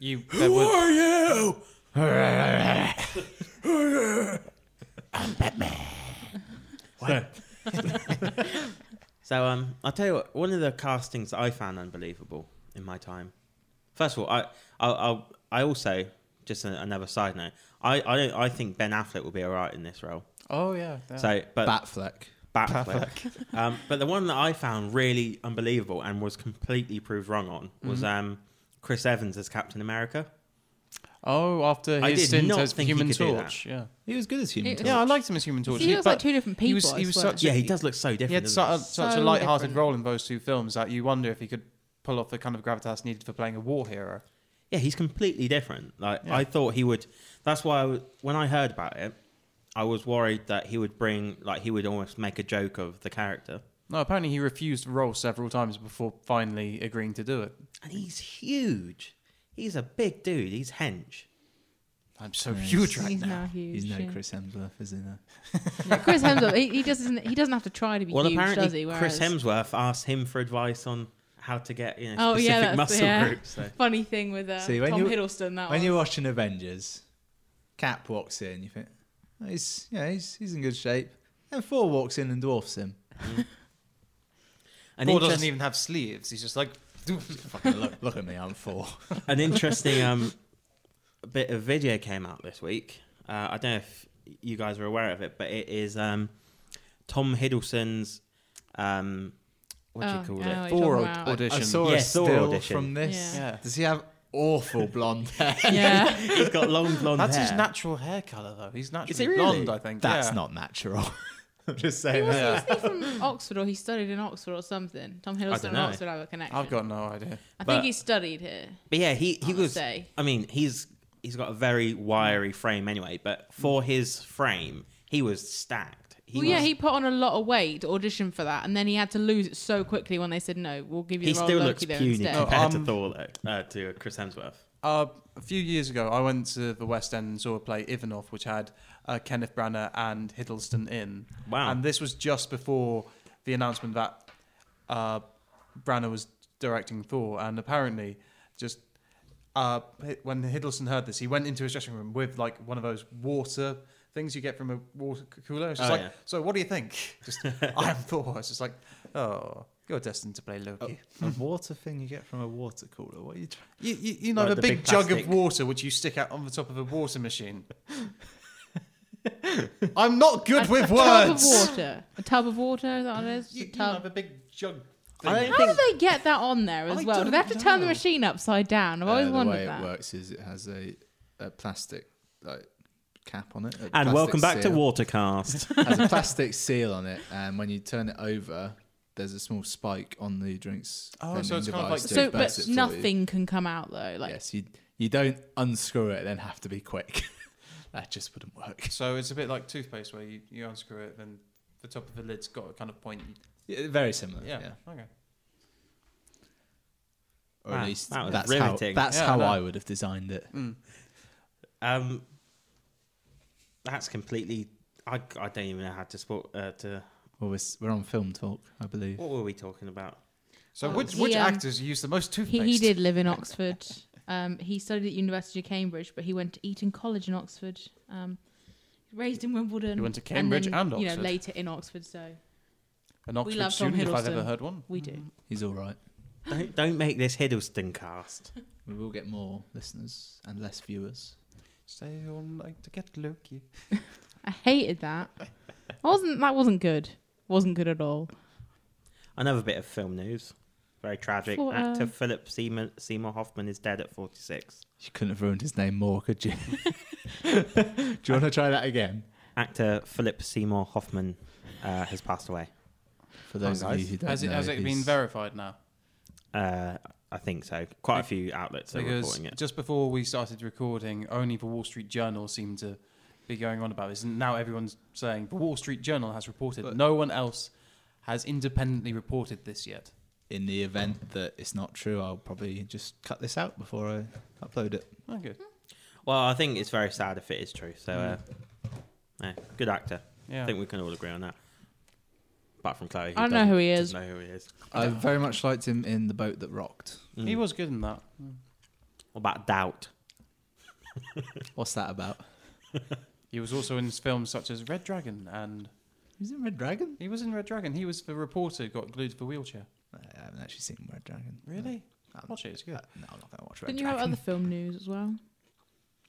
Speaker 4: You there would,
Speaker 3: are you?
Speaker 2: So um, I'll tell you what. One of the castings that I found unbelievable in my time. First of all, I I I'll, I also just a, another side note. I I don't, I think Ben Affleck will be all right in this role.
Speaker 4: oh yeah, yeah.
Speaker 2: So, but
Speaker 3: Batfleck.
Speaker 2: Batfleck. um, but the one that I found really unbelievable and was completely proved wrong on was um, Chris Evans as Captain America.
Speaker 4: oh after
Speaker 2: I
Speaker 4: his
Speaker 2: did
Speaker 4: stint
Speaker 2: not
Speaker 4: as the
Speaker 2: think he
Speaker 4: Human
Speaker 2: could do
Speaker 4: Torch, yeah,
Speaker 3: He was good as human.
Speaker 1: It-
Speaker 3: Torch.
Speaker 4: yeah, I liked him as Human Torch.
Speaker 1: he looks like
Speaker 4: but
Speaker 1: two different people.
Speaker 4: he was- he
Speaker 1: I
Speaker 4: was
Speaker 1: swear.
Speaker 4: such
Speaker 2: Yeah, he does look so different.
Speaker 4: He had
Speaker 2: doesn't
Speaker 4: such,
Speaker 2: he?
Speaker 4: such
Speaker 1: So
Speaker 4: a light-hearted
Speaker 1: different.
Speaker 4: role in those two films that you wonder if he could pull off the kind of gravitas needed for playing a war hero.
Speaker 2: Yeah, he's completely different. Like
Speaker 4: Yeah.
Speaker 2: I thought he would. That's why I w when I heard about it, I was worried that he would bring like he would almost make a joke of the character.
Speaker 4: No, apparently he refused the role several times before finally agreeing to do it.
Speaker 2: And he's huge. He's a big dude. He's hench.
Speaker 4: I'm so
Speaker 3: Nice.
Speaker 4: huge right
Speaker 1: He's
Speaker 4: now.
Speaker 1: now huge.
Speaker 3: He's no
Speaker 1: yeah.
Speaker 3: Chris Hemsworth, is he? No?
Speaker 1: Yeah, Chris Hemsworth. He, he doesn't. He doesn't have to try to be
Speaker 2: Well,
Speaker 1: huge,
Speaker 2: apparently
Speaker 1: does he?
Speaker 2: Chris
Speaker 1: Whereas-
Speaker 2: Hemsworth asked him for advice on how to get you
Speaker 1: Oh,
Speaker 2: know specific
Speaker 1: yeah, that's-
Speaker 2: muscle
Speaker 1: yeah.
Speaker 2: groups. So.
Speaker 1: Funny thing with uh,
Speaker 3: See, when
Speaker 1: Tom
Speaker 3: you-
Speaker 1: Hiddleston. That
Speaker 3: When
Speaker 1: was.
Speaker 3: you're watching Avengers, Cap walks in, you think, "Oh, he's yeah, he's he's in good shape. And Thor walks in and dwarfs him.
Speaker 2: An,
Speaker 4: Thor
Speaker 2: interest-
Speaker 4: doesn't even have sleeves. He's just like,
Speaker 3: Fucking look, look at me, I'm Thor.
Speaker 1: Oh,
Speaker 2: an interesting um, bit of video came out this week. Uh, I don't know if you guys are aware of it, but it is um, Tom Hiddleston's um, what do
Speaker 1: Oh,
Speaker 2: you call
Speaker 1: oh,
Speaker 2: it?
Speaker 1: you're
Speaker 4: Thor
Speaker 1: talking about-
Speaker 4: audition.
Speaker 3: I saw
Speaker 2: Yeah,
Speaker 3: a
Speaker 2: Thor
Speaker 3: still
Speaker 2: audition.
Speaker 3: from this.
Speaker 1: Yeah.
Speaker 4: yeah.
Speaker 3: Does he have awful blonde hair.
Speaker 1: yeah.
Speaker 2: He's got long blonde
Speaker 4: That's
Speaker 2: hair.
Speaker 4: his natural hair colour, though. He's naturally
Speaker 2: it really?
Speaker 4: blonde, I think.
Speaker 3: That's
Speaker 4: yeah.
Speaker 3: not natural. I'm just saying.
Speaker 1: He was,
Speaker 3: that.
Speaker 1: not he from Oxford or he studied in Oxford or something? Tom Hiddleston and
Speaker 2: know.
Speaker 1: Oxford have a connection.
Speaker 4: I've got no idea.
Speaker 1: I
Speaker 2: but-
Speaker 1: think he studied here.
Speaker 2: But yeah, he he
Speaker 1: I
Speaker 2: was.
Speaker 1: say.
Speaker 2: I mean, he's he's got a very wiry frame anyway. But for his frame, he was stacked. He
Speaker 1: Mm. well,
Speaker 2: was,
Speaker 1: yeah, he put on a lot of weight to audition for that, and then he had to lose it so quickly when they said no, we'll give you
Speaker 2: he
Speaker 1: the role
Speaker 2: still
Speaker 1: of
Speaker 2: looks
Speaker 1: Loki there
Speaker 2: puny Oh,
Speaker 1: instead.
Speaker 2: compared to
Speaker 3: Oh,
Speaker 4: um,
Speaker 2: Thor though. Uh, to Chris Hemsworth.
Speaker 4: Uh, a few years ago, I went to the West End and saw a play Ivanov, which had uh, Kenneth Branagh and Hiddleston in.
Speaker 2: Wow.
Speaker 4: And this was just before the announcement that uh, Branagh was directing Thor, and apparently, just uh, Hi- when Hiddleston heard this, he went into his dressing room with like one of those water things you get from a water c- cooler. It's just
Speaker 2: Oh,
Speaker 4: like,
Speaker 2: yeah.
Speaker 4: so what do you think? Just I'm Thor. It's just like, oh, you're destined to
Speaker 2: Oh,
Speaker 4: play Loki.
Speaker 3: A water thing you get from a water cooler. What are you trying?
Speaker 4: You, you, you know
Speaker 2: Like
Speaker 4: the,
Speaker 2: the
Speaker 4: big,
Speaker 2: big
Speaker 4: jug
Speaker 2: plastic.
Speaker 4: of water which you stick out on the top of a water machine. I'm not good
Speaker 1: A-
Speaker 4: with
Speaker 1: a
Speaker 4: words.
Speaker 1: Tub of water. A tub of water. Is that what it is?
Speaker 4: You,
Speaker 1: a
Speaker 4: you know
Speaker 1: tub.
Speaker 4: the big jug.
Speaker 2: I
Speaker 4: Thing.
Speaker 2: don't
Speaker 1: How
Speaker 2: think-
Speaker 1: do they get that on there as
Speaker 4: I
Speaker 1: well? Do they have to
Speaker 4: don't
Speaker 1: turn the
Speaker 4: know.
Speaker 1: machine upside down? I've
Speaker 2: Uh,
Speaker 1: always
Speaker 3: Uh, the way
Speaker 1: wondered
Speaker 3: it
Speaker 1: that.
Speaker 3: works is it has a, a plastic like cap on it. a
Speaker 2: And
Speaker 3: plastic
Speaker 2: welcome back to
Speaker 3: seal.
Speaker 2: Watercast.
Speaker 3: has a plastic seal on it, and when you turn it over, there's a small spike on the drinks.
Speaker 4: Oh,
Speaker 3: vending
Speaker 4: so it's kind of
Speaker 3: device
Speaker 4: like-
Speaker 3: to
Speaker 1: So,
Speaker 3: disperse
Speaker 1: but
Speaker 3: it for you.
Speaker 1: nothing can come out though. Like,
Speaker 3: Yes, you you don't unscrew it, then have to be quick. that just wouldn't work.
Speaker 4: So it's a bit like toothpaste where you, you unscrew it and the top of the lid's got a kind of point.
Speaker 3: Yeah, very similar.
Speaker 4: Oh, Yeah.
Speaker 3: Yeah.
Speaker 4: Okay.
Speaker 3: Or at
Speaker 2: Wow,
Speaker 3: least
Speaker 2: that was
Speaker 3: that's how
Speaker 2: riveting.
Speaker 3: that's
Speaker 4: Yeah, I
Speaker 3: how
Speaker 4: know.
Speaker 3: I would have designed it.
Speaker 2: Um, that's completely. I, I don't even know how to sport. Uh, to
Speaker 3: Well, we're, s- we're on film talk, I believe.
Speaker 2: what were we talking about?
Speaker 4: So
Speaker 1: Oh,
Speaker 4: which
Speaker 1: he,
Speaker 4: which
Speaker 1: um,
Speaker 4: actors use the most
Speaker 1: he,
Speaker 4: toothpaste?
Speaker 1: he did live in Oxford. Um, he studied at University of Cambridge, but he went to Eton College in Oxford. Um, raised in Wimbledon.
Speaker 4: He went to Cambridge
Speaker 1: and,
Speaker 4: and
Speaker 1: then, you know,
Speaker 4: Oxford.
Speaker 1: later in Oxford. So
Speaker 4: An
Speaker 1: We
Speaker 4: Oxford
Speaker 1: love Tom
Speaker 4: student, if I've ever
Speaker 1: Hiddleston.
Speaker 4: heard one.
Speaker 1: we do.
Speaker 3: He's all right.
Speaker 2: Don't don't make this Hiddleston cast.
Speaker 3: We will get more listeners and less viewers.
Speaker 4: Stay on like to get Loki.
Speaker 1: I hated that. I wasn't that wasn't good. Wasn't good at all.
Speaker 2: Another bit of film news. Very tragic.
Speaker 1: For, uh,
Speaker 2: Actor Philip Seymour, Seymour Hoffman is dead at 46.
Speaker 3: You couldn't have ruined his name more, could you? Do you want to try that again?
Speaker 2: Actor Philip Seymour Hoffman uh, has passed away.
Speaker 3: For those of you who don't
Speaker 4: Has it
Speaker 3: know,
Speaker 4: has it been
Speaker 3: he's-
Speaker 4: verified now?
Speaker 2: Uh, I think so. Quite a few outlets are
Speaker 4: because
Speaker 2: reporting it.
Speaker 4: just before we started recording, only the Wall Street Journal seemed to be going on about this, and now everyone's saying the Wall Street Journal has reported.
Speaker 3: But-
Speaker 4: no one else has independently reported this yet.
Speaker 3: in the event that it's not true, I'll probably just cut this out before I upload it.
Speaker 4: Okay,
Speaker 2: Well, I think it's very sad if it is true. So, uh, yeah, good actor.
Speaker 4: Hmm. yeah.
Speaker 2: I think we can all agree on that. Apart from Chloe,
Speaker 1: I don't know who he
Speaker 2: doesn't
Speaker 1: is.
Speaker 2: Know who he is.
Speaker 3: I very much liked him in The Boat That Rocked.
Speaker 4: He
Speaker 2: Mm.
Speaker 4: was good in that.
Speaker 2: What about doubt?
Speaker 3: What's that about?
Speaker 4: He was also in films such as Red Dragon, and
Speaker 3: He's in Red Dragon?
Speaker 4: he was in Red Dragon. He was the reporter who got glued to the wheelchair.
Speaker 3: I haven't actually seen Red Dragon.
Speaker 4: Really?
Speaker 3: No, I'm-
Speaker 4: Watch it, it's good.
Speaker 3: uh, no, I'm not going to watch Red
Speaker 1: Didn't you
Speaker 3: Dragon.
Speaker 1: have other film news as well?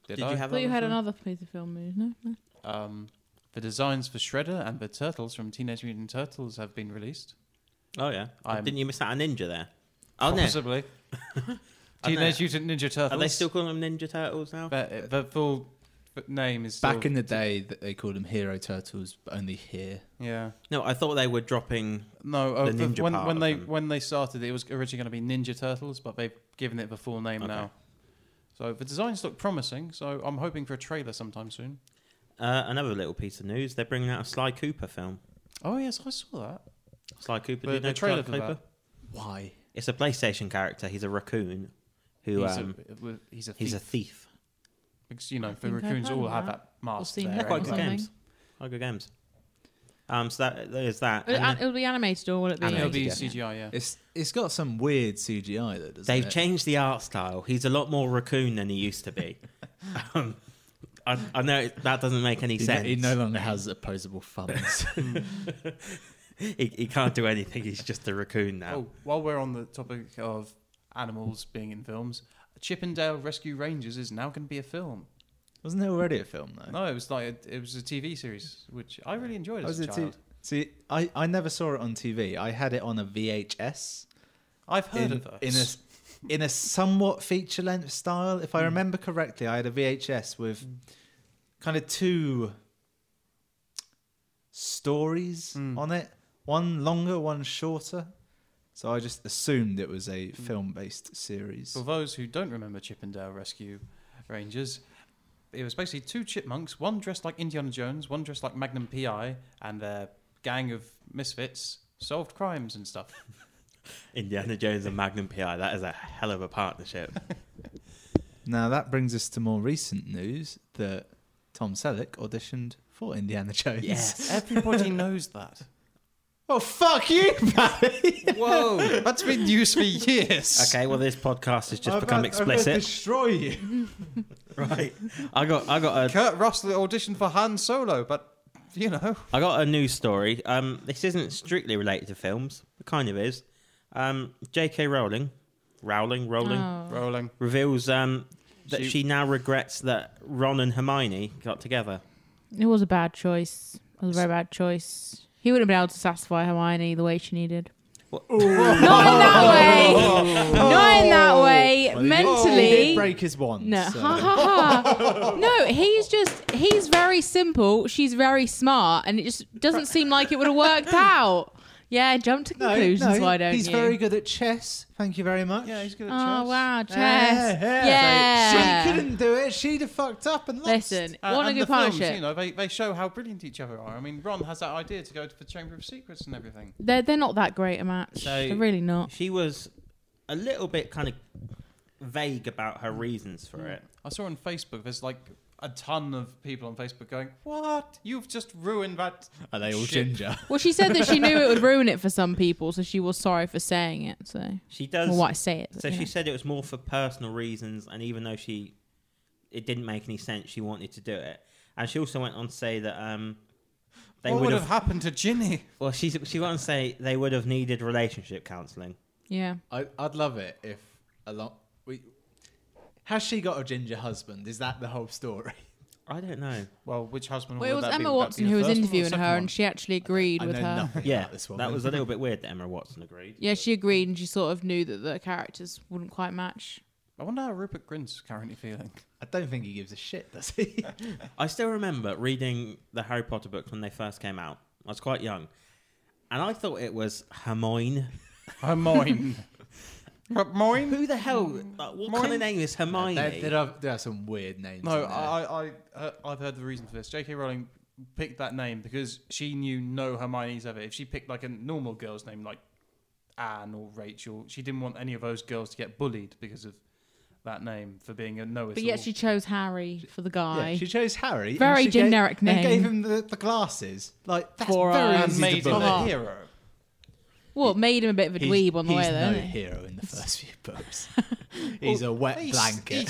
Speaker 2: Did you
Speaker 4: I?
Speaker 2: have
Speaker 1: I thought you
Speaker 2: other
Speaker 1: had
Speaker 2: film?
Speaker 1: another piece of film news. No, no.
Speaker 4: Um, the designs for Shredder and the Turtles from Teenage Mutant Turtles have been released.
Speaker 2: Oh yeah.
Speaker 4: I'm-
Speaker 2: Didn't you miss out a ninja there? Oh no.
Speaker 4: Possibly.
Speaker 2: I know.
Speaker 4: Teenage Mutant Ninja Turtles.
Speaker 2: Are they still calling them Ninja Turtles now?
Speaker 4: The, the full f- name is
Speaker 3: Back
Speaker 4: still-
Speaker 3: in the day, that they called him Hero Turtles, but only here.
Speaker 4: yeah
Speaker 2: No, I thought they were dropping.
Speaker 4: no uh,
Speaker 2: The
Speaker 4: the-
Speaker 2: ninja
Speaker 4: when
Speaker 2: part
Speaker 4: when
Speaker 2: of
Speaker 4: they
Speaker 2: them.
Speaker 4: when they started it was originally going to be Ninja Turtles but they've given it the full name
Speaker 2: Okay.
Speaker 4: now. So the designs look promising. So I'm hoping for a trailer sometime soon.
Speaker 2: Uh, another little piece of news: they're bringing out a Sly Cooper film.
Speaker 4: Oh yes, I saw that.
Speaker 2: Sly Cooper.
Speaker 4: The-
Speaker 2: do you know
Speaker 4: the
Speaker 2: Sly
Speaker 4: trailer for that.
Speaker 2: Cooper?
Speaker 3: Why?
Speaker 2: It's a PlayStation character. He's a raccoon, who
Speaker 4: he's,
Speaker 2: um,
Speaker 4: a, uh, he's a
Speaker 2: he's a
Speaker 4: thief.
Speaker 2: thief.
Speaker 4: because you know
Speaker 1: think
Speaker 4: the
Speaker 1: I've
Speaker 4: raccoons
Speaker 1: heard
Speaker 4: all
Speaker 1: of
Speaker 4: have
Speaker 1: that.
Speaker 4: that mask.
Speaker 1: seen
Speaker 4: there,
Speaker 1: that
Speaker 2: They're quite
Speaker 1: or
Speaker 2: good
Speaker 1: something.
Speaker 2: games. Quite good games. Um, so that there's that.
Speaker 1: It'll,
Speaker 2: And
Speaker 1: an- it'll be animated or will it be?
Speaker 4: And it'll
Speaker 2: Animated.
Speaker 4: be
Speaker 2: Yeah.
Speaker 4: CGI. Yeah.
Speaker 3: It's it's got some weird CGI though, doesn't
Speaker 2: They've
Speaker 3: it?
Speaker 2: changed the art style. He's a lot more raccoon than he used to be. um, I, I know it- that doesn't make any
Speaker 3: He, no,
Speaker 2: sense.
Speaker 3: he no longer has opposable thumbs.
Speaker 2: he, he can't do anything. He's just a raccoon now.
Speaker 4: Oh, while we're on the topic of animals being in films, Chippendale Rescue Rangers is now going to be a film.
Speaker 3: Wasn't there already a film though?
Speaker 4: No, it was like a, it was a TV series, which I really enjoyed
Speaker 3: Was
Speaker 4: as a
Speaker 3: it
Speaker 4: child.
Speaker 3: T- See, I, I never saw it on TV. I had it on a VHS.
Speaker 4: I've heard
Speaker 3: in,
Speaker 4: of
Speaker 3: in a
Speaker 4: those.
Speaker 3: s- in a somewhat feature length style.
Speaker 4: Hmm.
Speaker 3: If I remember correctly, I had a VHS with kind of two stories
Speaker 4: Hmm.
Speaker 3: on it one longer, one shorter. So I just assumed it was a
Speaker 4: Hmm.
Speaker 3: film based series.
Speaker 4: For those who don't remember Chippendale Rescue Rangers, it was basically two chipmunks, one dressed like Indiana Jones, one dressed like Magnum PI, and their gang of misfits solved crimes and stuff.
Speaker 2: Indiana Jones and Magnum PI. That is a hell of a partnership.
Speaker 3: Now that brings us to more recent news that Tom Selleck auditioned for Indiana Jones.
Speaker 4: Everybody knows that.
Speaker 3: Oh fuck you, Barry!
Speaker 4: Whoa, that's been news for years.
Speaker 2: Okay, well this podcast has just
Speaker 3: I've
Speaker 2: become
Speaker 3: had- I've had
Speaker 2: explicit.
Speaker 3: destroy you.
Speaker 2: right. I got I got a
Speaker 4: Kurt Russell auditioned for Han Solo, but you know,
Speaker 2: I got a news story. Um this isn't strictly related to films. It kind of is. Um JK Rowling, Rowling, Rowling
Speaker 1: Oh.
Speaker 4: rolling.
Speaker 2: reveals um that
Speaker 4: She-
Speaker 2: she now regrets that Ron and Hermione got together.
Speaker 1: Oh. It was a bad choice. It was a very bad choice. He wouldn't have been able to satisfy Hermione the way she needed. Not in that way.
Speaker 3: Oh.
Speaker 1: Not in that way.
Speaker 3: He did
Speaker 1: Mentally.
Speaker 3: break his wand.
Speaker 1: No,
Speaker 3: so-
Speaker 1: ha ha ha. No, he's just, he's very simple. She's very smart. And it just doesn't seem like it would have worked out. Yeah, jump to
Speaker 3: No,
Speaker 1: conclusions,
Speaker 3: no,
Speaker 1: why don't
Speaker 3: he's
Speaker 1: you?
Speaker 3: very good at chess. Thank you very much.
Speaker 4: Yeah, he's good at
Speaker 1: Oh,
Speaker 4: chess.
Speaker 1: wow, chess.
Speaker 3: yeah.
Speaker 1: Yeah.
Speaker 3: She couldn't do it. She'd have fucked up and lost.
Speaker 1: Listen,
Speaker 4: And-
Speaker 1: what a
Speaker 4: Uh, and
Speaker 1: good
Speaker 4: the films,
Speaker 1: partnership.
Speaker 4: you know, they, they show how brilliant each other are. I mean, Ron has that idea to go to the Chamber of Secrets and everything.
Speaker 1: They're, they're not that great a match.
Speaker 2: So-
Speaker 1: they're really not.
Speaker 2: She was a little bit kind of vague about her reasons for it.
Speaker 4: I saw on Facebook, there's like a ton of people on Facebook going, "What? You've just ruined that."
Speaker 3: Are they all
Speaker 4: Shit.
Speaker 3: ginger?
Speaker 1: Well, she said that she knew it would ruin it for some people, so she was sorry for saying it. So,
Speaker 2: She does
Speaker 1: well, why say it?
Speaker 2: So
Speaker 1: you
Speaker 2: she
Speaker 1: know.
Speaker 2: said it was more for personal reasons, and even though she, it didn't make any sense, she wanted to do it. And she also went on to say that um, they
Speaker 4: what
Speaker 2: would have.
Speaker 4: happened to Ginny?
Speaker 2: Well, she she went on to say they would have needed relationship counselling.
Speaker 1: yeah.
Speaker 3: I, I'd love it if a lot. We, has she got a ginger husband? Is that the whole story?
Speaker 2: I don't know.
Speaker 4: Well, which husband?
Speaker 1: Well,
Speaker 4: would
Speaker 1: it was
Speaker 4: that be?
Speaker 1: Emma
Speaker 4: Would that
Speaker 1: Watson
Speaker 4: be the
Speaker 1: who was
Speaker 4: first one or the
Speaker 1: interviewing
Speaker 4: second
Speaker 1: her,
Speaker 4: one?
Speaker 1: and she actually agreed
Speaker 3: I
Speaker 1: with
Speaker 3: know
Speaker 1: her.
Speaker 3: nothing
Speaker 2: Yeah,
Speaker 3: about this one.
Speaker 2: that was a little bit weird that Emma Watson agreed.
Speaker 1: Yeah, she agreed, and she sort of knew that the characters wouldn't quite match.
Speaker 4: I wonder how Rupert Grint's currently feeling.
Speaker 3: I don't think he gives a shit, does he?
Speaker 2: I still remember reading the Harry Potter books when they first came out. I was quite young, and I thought it was Hermione.
Speaker 4: Hermione. Hermione.
Speaker 2: Who the hell? Like, what kind
Speaker 4: Hermione?
Speaker 2: of name is Hermione?
Speaker 3: there, there are, there are some weird names.
Speaker 4: No,
Speaker 3: in there.
Speaker 4: I, I, I, I've heard the reason for this. J.K. Rowling picked that name because she knew no Hermione's ever. If she picked like a normal girl's name, like Anne or Rachel, she didn't want any of those girls to get bullied because of that name for being a no.
Speaker 1: But yet she chose Harry for the guy.
Speaker 3: Yeah, she chose Harry. and
Speaker 1: Very
Speaker 3: she
Speaker 1: generic
Speaker 3: gave,
Speaker 1: name.
Speaker 3: And gave him the, the glasses. Like that's
Speaker 4: for
Speaker 3: very
Speaker 4: a
Speaker 3: easy
Speaker 4: made
Speaker 3: to
Speaker 4: him
Speaker 3: bully.
Speaker 4: a
Speaker 1: bully.
Speaker 4: hero.
Speaker 1: well, made him a bit of a dweeb on the
Speaker 3: he's
Speaker 1: way,
Speaker 3: no
Speaker 1: though. didn't he?
Speaker 3: hero in the first few books. he's a wet
Speaker 4: He s- He
Speaker 3: blanket.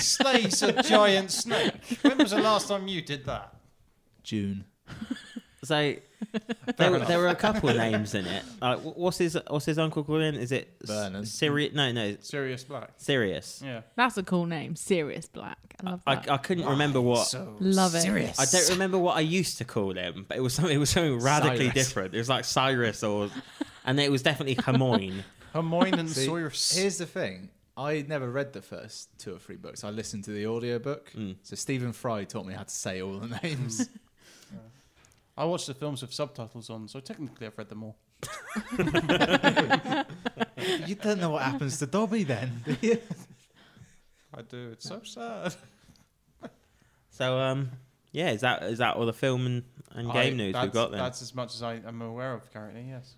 Speaker 4: slays a giant snake. When was the last time you did that?
Speaker 3: June.
Speaker 2: So there, were- there were a couple of names in it. Like, wh- what's his what's his uncle called in? Is it
Speaker 3: Bernard.
Speaker 2: Sirius? No, no, it's
Speaker 4: Sirius Black.
Speaker 2: Sirius.
Speaker 4: Yeah.
Speaker 1: That's a cool name, Sirius Black. I love
Speaker 2: I,
Speaker 1: that.
Speaker 2: I couldn't remember what
Speaker 4: So
Speaker 1: Love it.
Speaker 4: serious.
Speaker 2: I don't remember what I used to call him, but it was something it was something radically
Speaker 3: Cyrus.
Speaker 2: different. It was like Cyrus or, and it was definitely Hermione.
Speaker 4: Hermione and
Speaker 3: See,
Speaker 4: Sirius.
Speaker 3: Here's the thing. I never read the first two or three books. I listened to the audiobook.
Speaker 2: Mm.
Speaker 3: So Stephen Fry taught me how to say all the names.
Speaker 4: I watched the films with subtitles on, so technically I've read them all.
Speaker 3: you don't know what happens to Dobby then. do you?
Speaker 4: I do. It's so sad.
Speaker 2: so um, yeah, is that is that all the film and, and
Speaker 4: I-
Speaker 2: game news
Speaker 4: that's-
Speaker 2: we've got then?
Speaker 4: That's as much as I am aware of currently. Yes.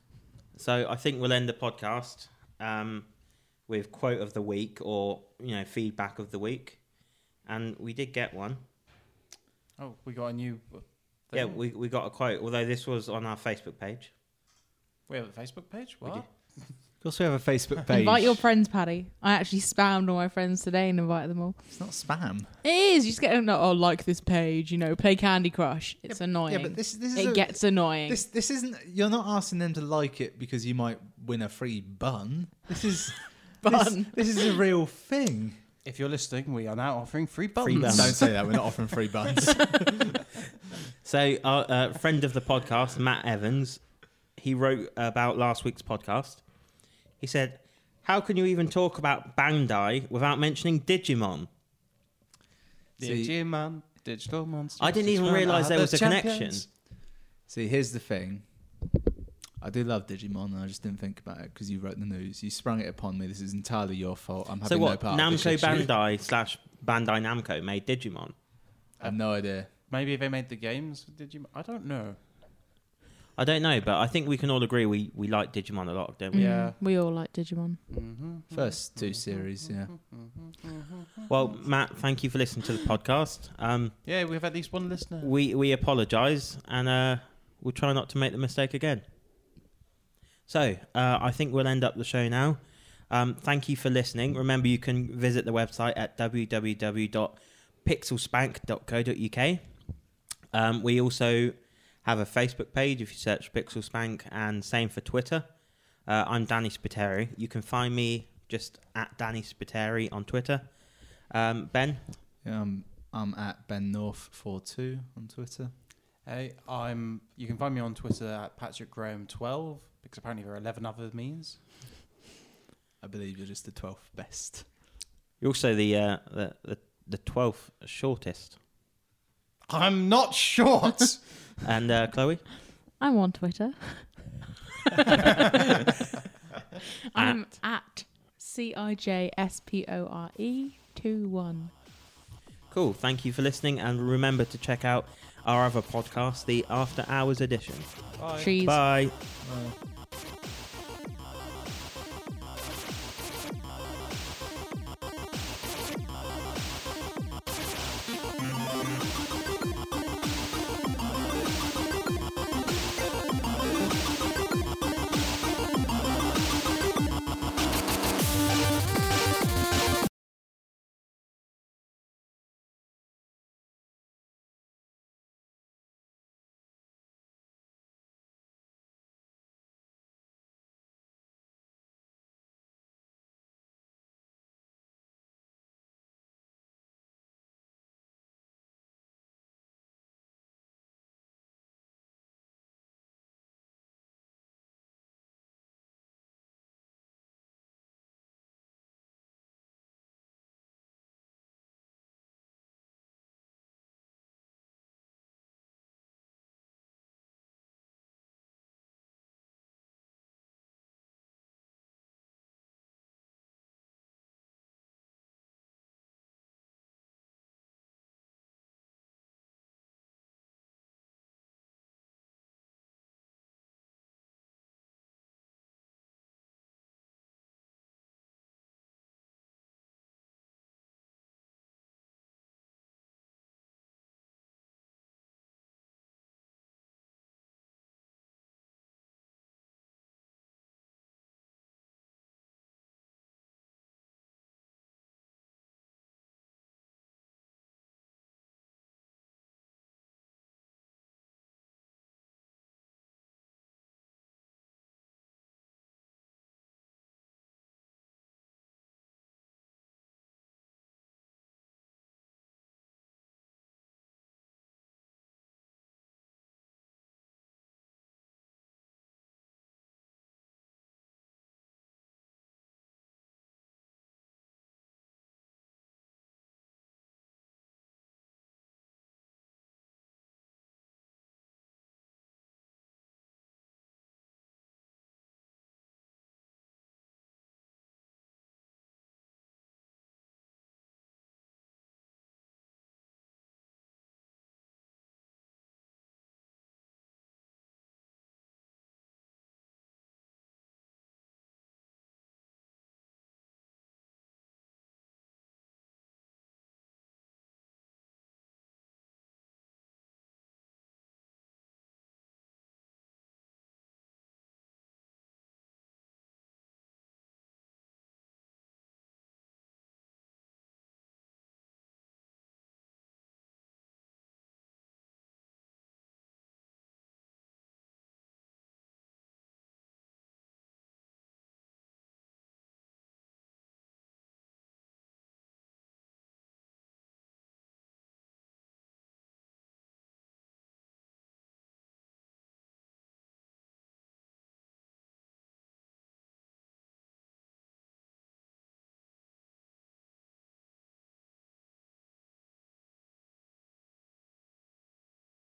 Speaker 2: So I think we'll end the podcast um, with quote of the week or you know feedback of the week, and we did get one.
Speaker 4: Oh, we got a new.
Speaker 2: Yeah, we, we got a quote, although this was on our Facebook page.
Speaker 4: we have a Facebook page.
Speaker 2: We
Speaker 4: What?
Speaker 3: Of course, we have a Facebook page.
Speaker 1: Invite your friends, Paddy. I actually spammed all my friends today and invited them all.
Speaker 3: It's not spam.
Speaker 1: It is. You just get no, oh, like this page, you know, play Candy Crush. It's annoying.
Speaker 3: Yeah, but this this is
Speaker 1: it
Speaker 3: a-
Speaker 1: gets annoying.
Speaker 3: This this isn't. You're not asking them to like it because you might win a free bun. This is
Speaker 1: Bun.
Speaker 3: This, this is a real thing.
Speaker 4: If you're listening, we are now offering free buttons.
Speaker 2: Free buns.
Speaker 3: Don't say that. We're not offering free buns.
Speaker 2: So our uh, friend of the podcast, Matt Evans, he wrote about last week's podcast. He said, How can you even talk about Bandai without mentioning Digimon?
Speaker 3: See-
Speaker 4: Digimon, digital monster.
Speaker 2: I didn't even
Speaker 4: Digimon
Speaker 2: realise
Speaker 4: are
Speaker 2: there
Speaker 4: the
Speaker 2: was a
Speaker 4: champions.
Speaker 2: connection.
Speaker 3: See, here's the thing. I do love Digimon, and I just didn't think about it because you wrote the news. You sprung it upon me. This is entirely your fault. I'm
Speaker 2: So
Speaker 3: having no
Speaker 2: what?
Speaker 3: part of this
Speaker 2: Namco
Speaker 3: issue.
Speaker 2: Bandai slash Bandai Namco made Digimon.
Speaker 3: I have no idea.
Speaker 4: Maybe they made the games with Digimon. I don't know.
Speaker 2: I don't know, but I think we can all agree we, we like Digimon a lot, don't we?
Speaker 4: Yeah.
Speaker 1: Mm. we all like Digimon.
Speaker 3: First two series, yeah. Mm.
Speaker 2: Well, Matt, thank you for listening to the podcast. Um,
Speaker 4: Yeah, we have at least one listener.
Speaker 2: we we apologise and uh, we'll try not to make the mistake again. So uh, I think we'll end up the show now. Um, thank you for listening. Remember, you can visit the website at www.pixelspank.co.uk. Um, we also have a Facebook page if you search Pixel Spank, and same for Twitter. Uh, I'm Danny Spiteri. You can find me just at Danny Spiteri on Twitter. Um, ben,
Speaker 3: yeah I'm, I'm at Ben North42 on Twitter.
Speaker 4: Hey, I'm. You can find me on Twitter at Patrick Graham twelve because apparently there are eleven other me's.
Speaker 3: I believe you're just the 12th best.
Speaker 2: you're also the uh, the, the the 12th shortest.
Speaker 4: I'm not short.
Speaker 2: And uh, Chloe?
Speaker 1: I'm on Twitter. I'm at C I J S P O R E 2 1.
Speaker 2: Cool. Thank you for listening. And remember to check out our other podcast, the After Hours Edition.
Speaker 1: Trees.
Speaker 2: Bye.
Speaker 3: Well,